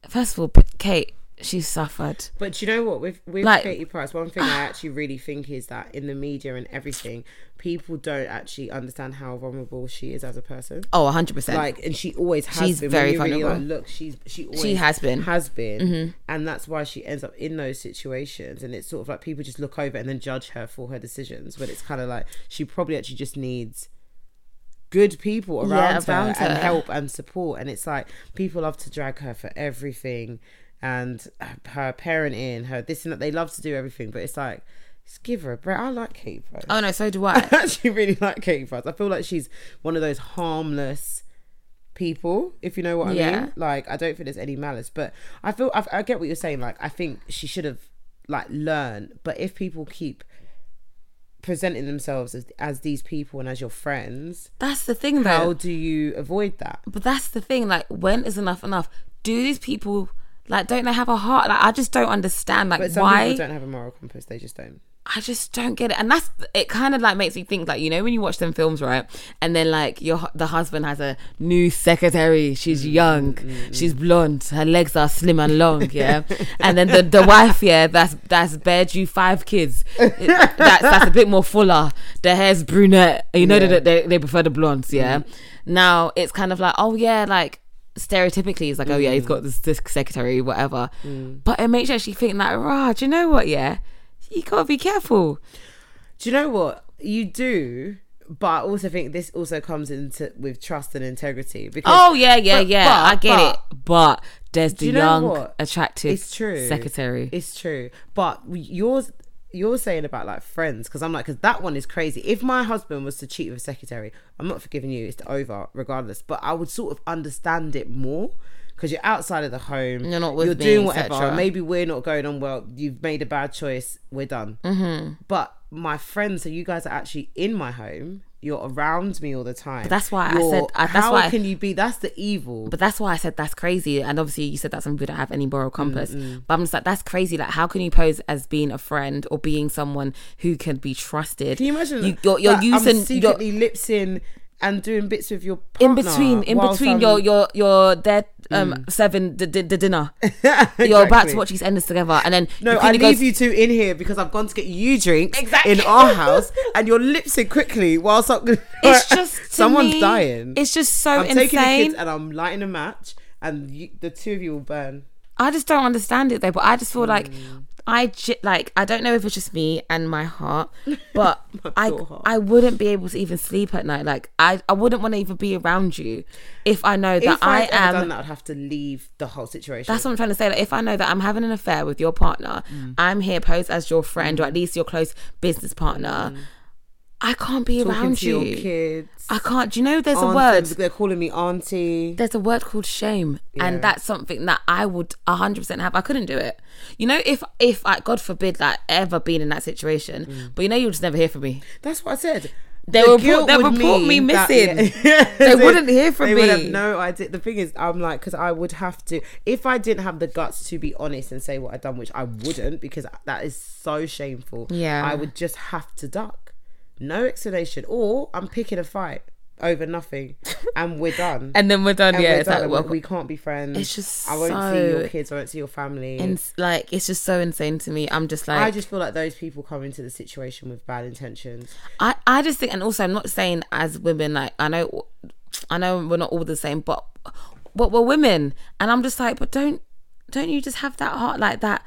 [SPEAKER 1] first of all, but Kate, she suffered.
[SPEAKER 2] But you know what? With with
[SPEAKER 1] Like-
[SPEAKER 2] Katie Price, one thing I actually really think is that in the media and everything, people don't actually understand how vulnerable she is as a person.
[SPEAKER 1] Oh, hundred percent.
[SPEAKER 2] Like, and she always has
[SPEAKER 1] She's
[SPEAKER 2] been.
[SPEAKER 1] very
[SPEAKER 2] When you
[SPEAKER 1] vulnerable.
[SPEAKER 2] Really, like, look, she's she always
[SPEAKER 1] She has been. Mm-hmm.
[SPEAKER 2] has been, and that's why she ends up in those situations. And it's sort of like people just look over and then judge her for her decisions. But it's kind of like she probably actually just needs good people around,
[SPEAKER 1] Yeah,
[SPEAKER 2] her,
[SPEAKER 1] around her.
[SPEAKER 2] and help and support. And it's like people love to drag her for everything, and her parenting, her this and that. They love to do everything, but it's like. Just give her a break. I like Katie Price.
[SPEAKER 1] Oh no, so do I.
[SPEAKER 2] I actually really like Katie Price. I feel like she's one of those harmless people, if you know what I
[SPEAKER 1] Yeah.
[SPEAKER 2] mean. Like, I don't think there's any malice, but I feel I, I get what you're saying. Like, I think she should have like learned. But if people keep presenting themselves as, as these people and as your friends,
[SPEAKER 1] That's the thing, though.
[SPEAKER 2] how do you avoid that?
[SPEAKER 1] but that's the thing like when is enough enough do these people like don't they have a heart like i just don't understand like
[SPEAKER 2] But some
[SPEAKER 1] why
[SPEAKER 2] people don't have a moral compass; they just don't.
[SPEAKER 1] i just don't get it and that's it kind of like makes me think like you know when you watch them films right and then like your hu- the husband has a new secretary she's young she's blonde her legs are slim and long yeah and then the, the wife yeah that's that's bared you five kids It- that's that's a bit more fuller the hair's brunette you know
[SPEAKER 2] Yeah.
[SPEAKER 1] that they, they prefer the blondes yeah now it's kind of like oh yeah like stereotypically it's like oh yeah he's got this, this secretary whatever but it makes you actually think like rah do you know what yeah you gotta be careful
[SPEAKER 2] Do you know what you do? But I also think this also comes into with trust and integrity because
[SPEAKER 1] oh yeah yeah
[SPEAKER 2] But-
[SPEAKER 1] yeah
[SPEAKER 2] but-
[SPEAKER 1] i get
[SPEAKER 2] but-
[SPEAKER 1] it but there's the
[SPEAKER 2] you know
[SPEAKER 1] young
[SPEAKER 2] what?
[SPEAKER 1] attractive
[SPEAKER 2] It's true.
[SPEAKER 1] secretary
[SPEAKER 2] It's true. But yours, you're saying about like friends, because I'm like, because that one is crazy. If my husband was to cheat with a secretary, I'm not forgiving you. It's over, regardless. But I would sort of understand it more. Because you're outside of the home,
[SPEAKER 1] You're not with
[SPEAKER 2] You're
[SPEAKER 1] me,
[SPEAKER 2] doing whatever.
[SPEAKER 1] etc..
[SPEAKER 2] Maybe we're not going on well. You've made a bad choice. We're done.
[SPEAKER 1] Mm-hmm.
[SPEAKER 2] But my friends, so you guys are actually in my home. You're around me all the time.
[SPEAKER 1] that's why I
[SPEAKER 2] You're-
[SPEAKER 1] said- I- that's
[SPEAKER 2] how
[SPEAKER 1] why I-
[SPEAKER 2] can you be? That's the evil.
[SPEAKER 1] but that's why I said that's crazy. And obviously, you said that some people don't have any moral compass.
[SPEAKER 2] Mm,
[SPEAKER 1] But I'm just like, that's crazy. Like, how can you pose as being a friend or being someone who can be trusted?
[SPEAKER 2] Can you imagine?
[SPEAKER 1] You, are you're
[SPEAKER 2] like,
[SPEAKER 1] using
[SPEAKER 2] I'm
[SPEAKER 1] you're,
[SPEAKER 2] secretly lips in and doing bits with your
[SPEAKER 1] in
[SPEAKER 2] partner
[SPEAKER 1] between, in
[SPEAKER 2] whilst
[SPEAKER 1] between
[SPEAKER 2] I'm-
[SPEAKER 1] your your your dead um seven the, the, the dinner. You're about
[SPEAKER 2] Exactly.
[SPEAKER 1] to watch these enders together, and then
[SPEAKER 2] No,
[SPEAKER 1] your
[SPEAKER 2] I
[SPEAKER 1] queen
[SPEAKER 2] leave
[SPEAKER 1] goes-
[SPEAKER 2] you two in here because I've gone to get you drinks
[SPEAKER 1] Exactly.
[SPEAKER 2] in our house, and you're lips in quickly whilst I'm.
[SPEAKER 1] It's just to
[SPEAKER 2] someone's
[SPEAKER 1] me,
[SPEAKER 2] dying.
[SPEAKER 1] It's just so
[SPEAKER 2] I'm taking the
[SPEAKER 1] insane.
[SPEAKER 2] kids and I'm lighting a match, and you, the two of you will burn.
[SPEAKER 1] I just don't understand it though. But I just feel like
[SPEAKER 2] Mm.
[SPEAKER 1] I ge- like I don't know if it's just me and my heart, but I
[SPEAKER 2] poor heart.
[SPEAKER 1] I wouldn't be able to even sleep at night. Like I I wouldn't want to even be around you if I know that
[SPEAKER 2] if
[SPEAKER 1] I
[SPEAKER 2] I'd ever
[SPEAKER 1] am.
[SPEAKER 2] done that, I'd have to leave the whole situation.
[SPEAKER 1] That's what I'm trying to say. Like, if I know that I'm having an affair with your partner,
[SPEAKER 2] Mm.
[SPEAKER 1] I'm here posed as your friend or at least your close business partner. I can't be
[SPEAKER 2] Mm. Talking
[SPEAKER 1] around
[SPEAKER 2] to
[SPEAKER 1] you.
[SPEAKER 2] your kids.
[SPEAKER 1] I can't. Do you know there's a
[SPEAKER 2] aunties,
[SPEAKER 1] word?
[SPEAKER 2] They're calling me auntie.
[SPEAKER 1] there's a word called shame
[SPEAKER 2] Yeah.
[SPEAKER 1] and that's something that i would 100% have i couldn't do it you know if if i god forbid like ever been in that situation but you know you'll just never hear from me
[SPEAKER 2] That's what I said.
[SPEAKER 1] They
[SPEAKER 2] Mm. The
[SPEAKER 1] report-
[SPEAKER 2] guilt
[SPEAKER 1] they
[SPEAKER 2] would
[SPEAKER 1] report me
[SPEAKER 2] mean that-
[SPEAKER 1] missing.
[SPEAKER 2] yeah.
[SPEAKER 1] They wouldn't hear from
[SPEAKER 2] They would
[SPEAKER 1] me.
[SPEAKER 2] have no idea. The thing is, I'm like, because I would have to, if I didn't have the guts to be honest and say what I'd done, which I wouldn't, because that is so shameful.
[SPEAKER 1] Yeah.
[SPEAKER 2] I would just have to duck. No explanation. Or I'm picking a fight over nothing and we're done.
[SPEAKER 1] and then we're done
[SPEAKER 2] And
[SPEAKER 1] yeah
[SPEAKER 2] we're
[SPEAKER 1] it's
[SPEAKER 2] done
[SPEAKER 1] like
[SPEAKER 2] and
[SPEAKER 1] well
[SPEAKER 2] we can't be friends.
[SPEAKER 1] It's just
[SPEAKER 2] I won't see your
[SPEAKER 1] so
[SPEAKER 2] kids. I won't see your family.
[SPEAKER 1] and it's like it's just so insane to me i'm just like
[SPEAKER 2] I just feel like those people come into the situation with bad intentions.
[SPEAKER 1] I, I just think, and also, I'm not saying as women, like I know, I know we're not all the same, but but we're women, and I'm just like, but don't don't you just have that heart like that?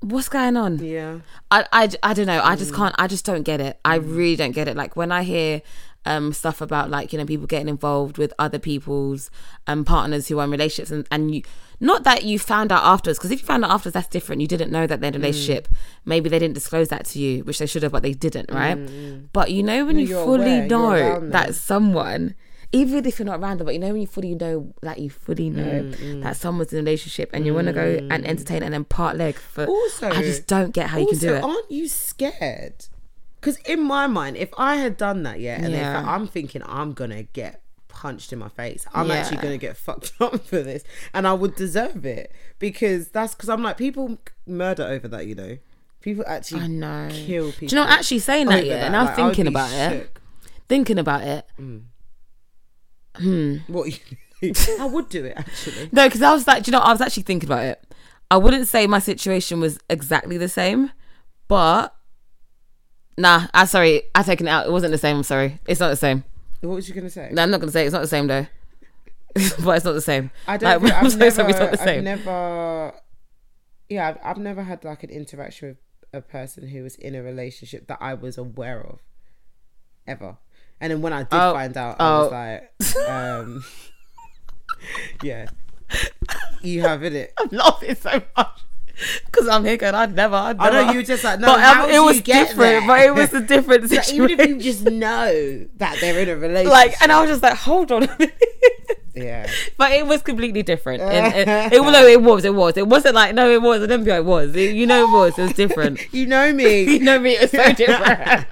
[SPEAKER 1] What's going on?
[SPEAKER 2] Yeah.
[SPEAKER 1] I, I, I don't know. I just can't. I just don't get it. I
[SPEAKER 2] Mm.
[SPEAKER 1] really don't get it. Like when I hear um stuff about like you know people getting involved with other people's um partners who are in relationships and and you not that you found out afterwards because if you found out afterwards that's different. You didn't know that they're in
[SPEAKER 2] Mm.
[SPEAKER 1] a relationship. Maybe they didn't disclose that to you, which they should have, but they didn't, right?
[SPEAKER 2] Mm,
[SPEAKER 1] But you know when you
[SPEAKER 2] you're
[SPEAKER 1] fully
[SPEAKER 2] aware, you're
[SPEAKER 1] know
[SPEAKER 2] around
[SPEAKER 1] that someone. Even if you're not random, but you know when you fully know, like you
[SPEAKER 2] Mm,
[SPEAKER 1] fully know that someone's in a relationship, and you want to go and entertain and then part leg for.
[SPEAKER 2] Also-
[SPEAKER 1] I just don't get how you can do it.
[SPEAKER 2] aren't you scared? Because in my mind, if I had done that, yeah, and they
[SPEAKER 1] Yeah.
[SPEAKER 2] fa- I'm thinking I'm gonna get punched in my face. I'm
[SPEAKER 1] Yeah.
[SPEAKER 2] actually going to get fucked up for this. And I would deserve it because that's because I'm like, people murder over that, you know? People actually
[SPEAKER 1] I know.
[SPEAKER 2] kill people.
[SPEAKER 1] Do you know actually saying that
[SPEAKER 2] over
[SPEAKER 1] yeah?
[SPEAKER 2] that.
[SPEAKER 1] Now
[SPEAKER 2] Like, I would
[SPEAKER 1] thinking
[SPEAKER 2] be
[SPEAKER 1] about it,
[SPEAKER 2] shook.
[SPEAKER 1] thinking about it. Hmm.
[SPEAKER 2] What you I would do it actually.
[SPEAKER 1] No, because I was like, do you know, I was actually thinking about it. I wouldn't say my situation was exactly the same, but nah. I sorry, I taken it out. It wasn't the same. I'm sorry. It's not the same.
[SPEAKER 2] What was you going to say?
[SPEAKER 1] No, I'm not gonna say it's not the same though. but it's not the same.
[SPEAKER 2] I don't.
[SPEAKER 1] Like,
[SPEAKER 2] think- I've,
[SPEAKER 1] so
[SPEAKER 2] never,
[SPEAKER 1] sorry, it's not the
[SPEAKER 2] I've
[SPEAKER 1] same.
[SPEAKER 2] never. Yeah, I've, I've never had like an interaction with a person who was in a relationship that I was aware of, ever. And then when I did
[SPEAKER 1] Oh,
[SPEAKER 2] find out,
[SPEAKER 1] oh.
[SPEAKER 2] I was like, um, yeah, you have in it.
[SPEAKER 1] I'm laughing so much because I'm here going, I'd never. I'd
[SPEAKER 2] I
[SPEAKER 1] never.
[SPEAKER 2] know you were just like, no,
[SPEAKER 1] but
[SPEAKER 2] how
[SPEAKER 1] um,
[SPEAKER 2] did
[SPEAKER 1] it was
[SPEAKER 2] you get
[SPEAKER 1] different.
[SPEAKER 2] there?
[SPEAKER 1] But it was a different
[SPEAKER 2] But even if you
[SPEAKER 1] situation.
[SPEAKER 2] just know that they're in a relationship,
[SPEAKER 1] Like, and I was just like, hold on. a minute.
[SPEAKER 2] yeah,
[SPEAKER 1] But it was completely different. And it, it, no, it was, it was. It wasn't like, no, it was. I don't think it was. It- you know, it was. It was different.
[SPEAKER 2] you know me.
[SPEAKER 1] you know me, it was so different.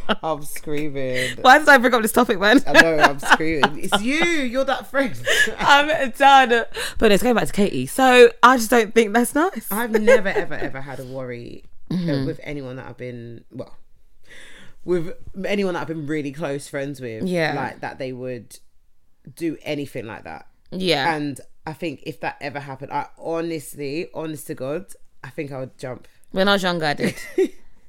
[SPEAKER 2] I'm screaming.
[SPEAKER 1] Why did I bring up this topic, man?
[SPEAKER 2] I know I'm screaming. It's you. You're that friend.
[SPEAKER 1] I'm done. But it's going back to Katie. So I just don't think that's nice.
[SPEAKER 2] I've never ever ever had a worry uh,
[SPEAKER 1] Mm-hmm.
[SPEAKER 2] with anyone that I've been well with anyone that I've been really close friends with.
[SPEAKER 1] Yeah.
[SPEAKER 2] Like that they would do anything like that.
[SPEAKER 1] yeah.
[SPEAKER 2] And I think if that ever happened, I honestly, honest to God, I think I would jump.
[SPEAKER 1] When I was younger, I did.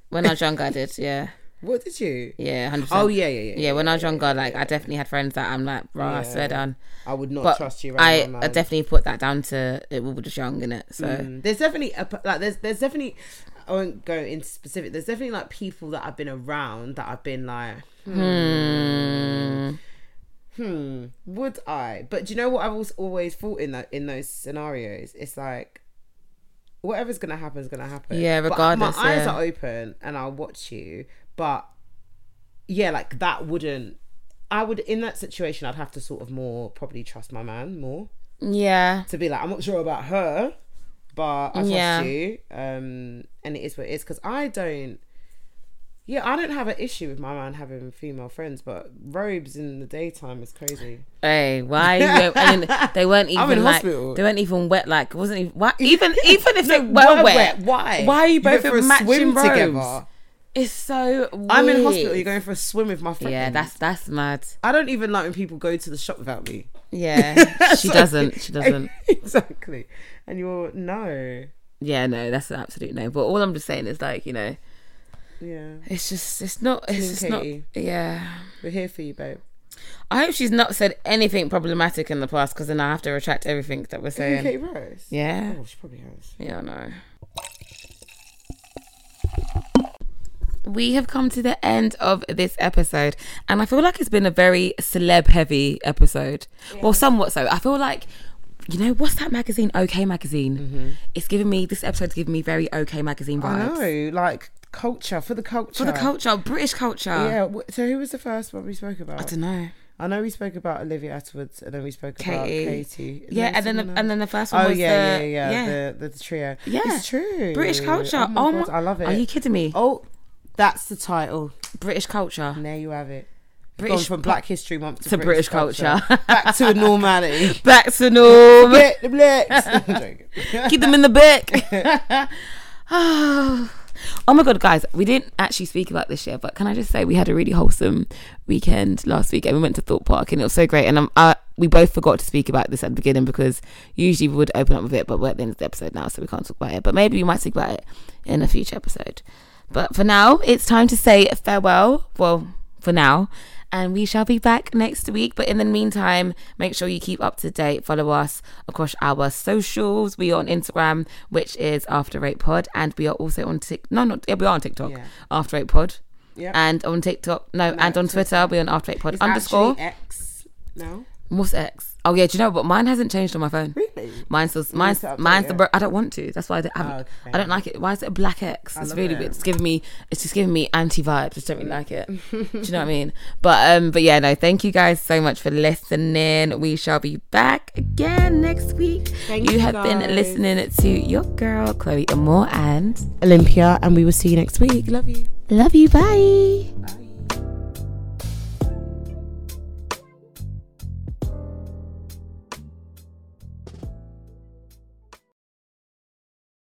[SPEAKER 1] when I was younger, I did. Yeah.
[SPEAKER 2] What did you?
[SPEAKER 1] Yeah. 100%.
[SPEAKER 2] Oh yeah, yeah, yeah.
[SPEAKER 1] Yeah, when I was younger, like I definitely had friends that I'm like, bro, I swear down.
[SPEAKER 2] I would not
[SPEAKER 1] But
[SPEAKER 2] trust you. Right
[SPEAKER 1] I,
[SPEAKER 2] now,
[SPEAKER 1] I definitely put that down to it. We were just young in it, so
[SPEAKER 2] Mm. There's definitely a, p- like there's there's definitely I won't go into specific. There's definitely like people that I've been around that I've been like, hmm, hmm, would I? But do you know what I've always always thought in that in those scenarios? It's like whatever's gonna happen is gonna happen.
[SPEAKER 1] Yeah,
[SPEAKER 2] But
[SPEAKER 1] regardless,
[SPEAKER 2] my eyes
[SPEAKER 1] yeah.
[SPEAKER 2] are open and I'll watch you, but yeah, like that wouldn't. I would in that situation. I'd have to sort of more probably trust my man more
[SPEAKER 1] yeah,
[SPEAKER 2] to be like, I'm not sure about her, but I trust
[SPEAKER 1] Yeah.
[SPEAKER 2] you. Um, and it is what it is because I don't. Yeah, I don't have an issue with my man having female friends, but robes in the daytime is crazy.
[SPEAKER 1] Hey, why? You went- and then they weren't even
[SPEAKER 2] I'm in
[SPEAKER 1] like
[SPEAKER 2] hospital.
[SPEAKER 1] they weren't even wet. Like it wasn't even why, even even if they were wet,
[SPEAKER 2] Why?
[SPEAKER 1] Why are you both
[SPEAKER 2] going
[SPEAKER 1] in matching robes? It's so.
[SPEAKER 2] I'm in
[SPEAKER 1] weird.
[SPEAKER 2] hospital. You're going for a swim with my friend.
[SPEAKER 1] Yeah, that's that's mad.
[SPEAKER 2] I don't even like when people go to the shop without me.
[SPEAKER 1] Yeah, she
[SPEAKER 2] So-
[SPEAKER 1] doesn't. She doesn't.
[SPEAKER 2] exactly. And you're no.
[SPEAKER 1] Yeah, no, that's an absolute no. But all I'm just saying is like you know,
[SPEAKER 2] Yeah,
[SPEAKER 1] it's just it's not it's just not.
[SPEAKER 2] Katie.
[SPEAKER 1] Yeah,
[SPEAKER 2] we're here for you, babe.
[SPEAKER 1] I hope she's not said anything problematic in the past because then I have to retract everything that we're saying.
[SPEAKER 2] Katie Rose.
[SPEAKER 1] Yeah,
[SPEAKER 2] Um, Oh, she probably has.
[SPEAKER 1] yeah, no. We have come to the end of this episode, and I feel like it's been a very celeb heavy episode. Well, somewhat so. I feel like, you know, what's that magazine? OK Magazine. It's giving me, this episode's giving me very OK Magazine vibes.
[SPEAKER 2] Mm-hmm. I know, like culture for the
[SPEAKER 1] For
[SPEAKER 2] culture
[SPEAKER 1] the culture, British culture.
[SPEAKER 2] Yeah. wh- So who was the first one we spoke about?
[SPEAKER 1] I
[SPEAKER 2] I,
[SPEAKER 1] don't know.
[SPEAKER 2] know we spoke about Olivia Atwood's, and then we spoke about
[SPEAKER 1] Katie.
[SPEAKER 2] Katie.
[SPEAKER 1] Yeah, and then the,
[SPEAKER 2] someone
[SPEAKER 1] and then the first
[SPEAKER 2] else?
[SPEAKER 1] one
[SPEAKER 2] oh
[SPEAKER 1] was
[SPEAKER 2] yeah,
[SPEAKER 1] the,
[SPEAKER 2] yeah, yeah, The, the trio.
[SPEAKER 1] Yeah.
[SPEAKER 2] it's true.
[SPEAKER 1] British culture.
[SPEAKER 2] Oh my, God, I love it.
[SPEAKER 1] Are you kidding me?
[SPEAKER 2] oh, that's the title.
[SPEAKER 1] British culture.
[SPEAKER 2] And there you have it. British Gone
[SPEAKER 1] British
[SPEAKER 2] from Black History Month to,
[SPEAKER 1] to British culture.
[SPEAKER 2] back to normality.
[SPEAKER 1] back to normal.
[SPEAKER 2] Blit, the blitz. I'm joking.
[SPEAKER 1] Keep them in the back. oh my god, guys, we didn't actually speak about this year, but can I just say we had a really wholesome weekend last week, and we went to Thought Park, and it was so great. And um, uh, we both forgot to speak about this at the beginning because usually we would open up with it, but we're at the end of the episode now, so we can't talk about it. But maybe we might speak about it in a future episode. But for now, it's time to say farewell. Well, for now. And we shall be back next week. But in the meantime, make sure you keep up to date. Follow us across our socials. We are on Instagram, which is After Eight Pod, and we are also on Tik. No, not yeah, we are on TikTok.
[SPEAKER 2] Yeah.
[SPEAKER 1] After Eight Pod,
[SPEAKER 2] Yep.
[SPEAKER 1] and on TikTok. No, and on Twitter, we're on After Eight Pod
[SPEAKER 2] It's
[SPEAKER 1] underscore.
[SPEAKER 2] actually X. No,
[SPEAKER 1] What's X? Oh yeah, do you know what? Mine hasn't changed on my phone.
[SPEAKER 2] really.
[SPEAKER 1] Mine's still, mine's,
[SPEAKER 2] to update
[SPEAKER 1] mine's the.
[SPEAKER 2] it.
[SPEAKER 1] Bro- I don't want to. That's why I don't, I haven't-
[SPEAKER 2] okay.
[SPEAKER 1] I don't like it. Why is it a black X? It's
[SPEAKER 2] love
[SPEAKER 1] really
[SPEAKER 2] it.
[SPEAKER 1] weird. It's giving me. It's just giving me anti vibes. I just don't really like it. Do you know what I mean? But um, but yeah, no. Thank you guys so much for listening. We shall be back again next week.
[SPEAKER 2] Thank you,
[SPEAKER 1] have
[SPEAKER 2] guys.
[SPEAKER 1] been listening to your girl Chloe Amore, and
[SPEAKER 2] Olympia, and we will see you next week. Love you.
[SPEAKER 1] love you. Bye.
[SPEAKER 2] Bye.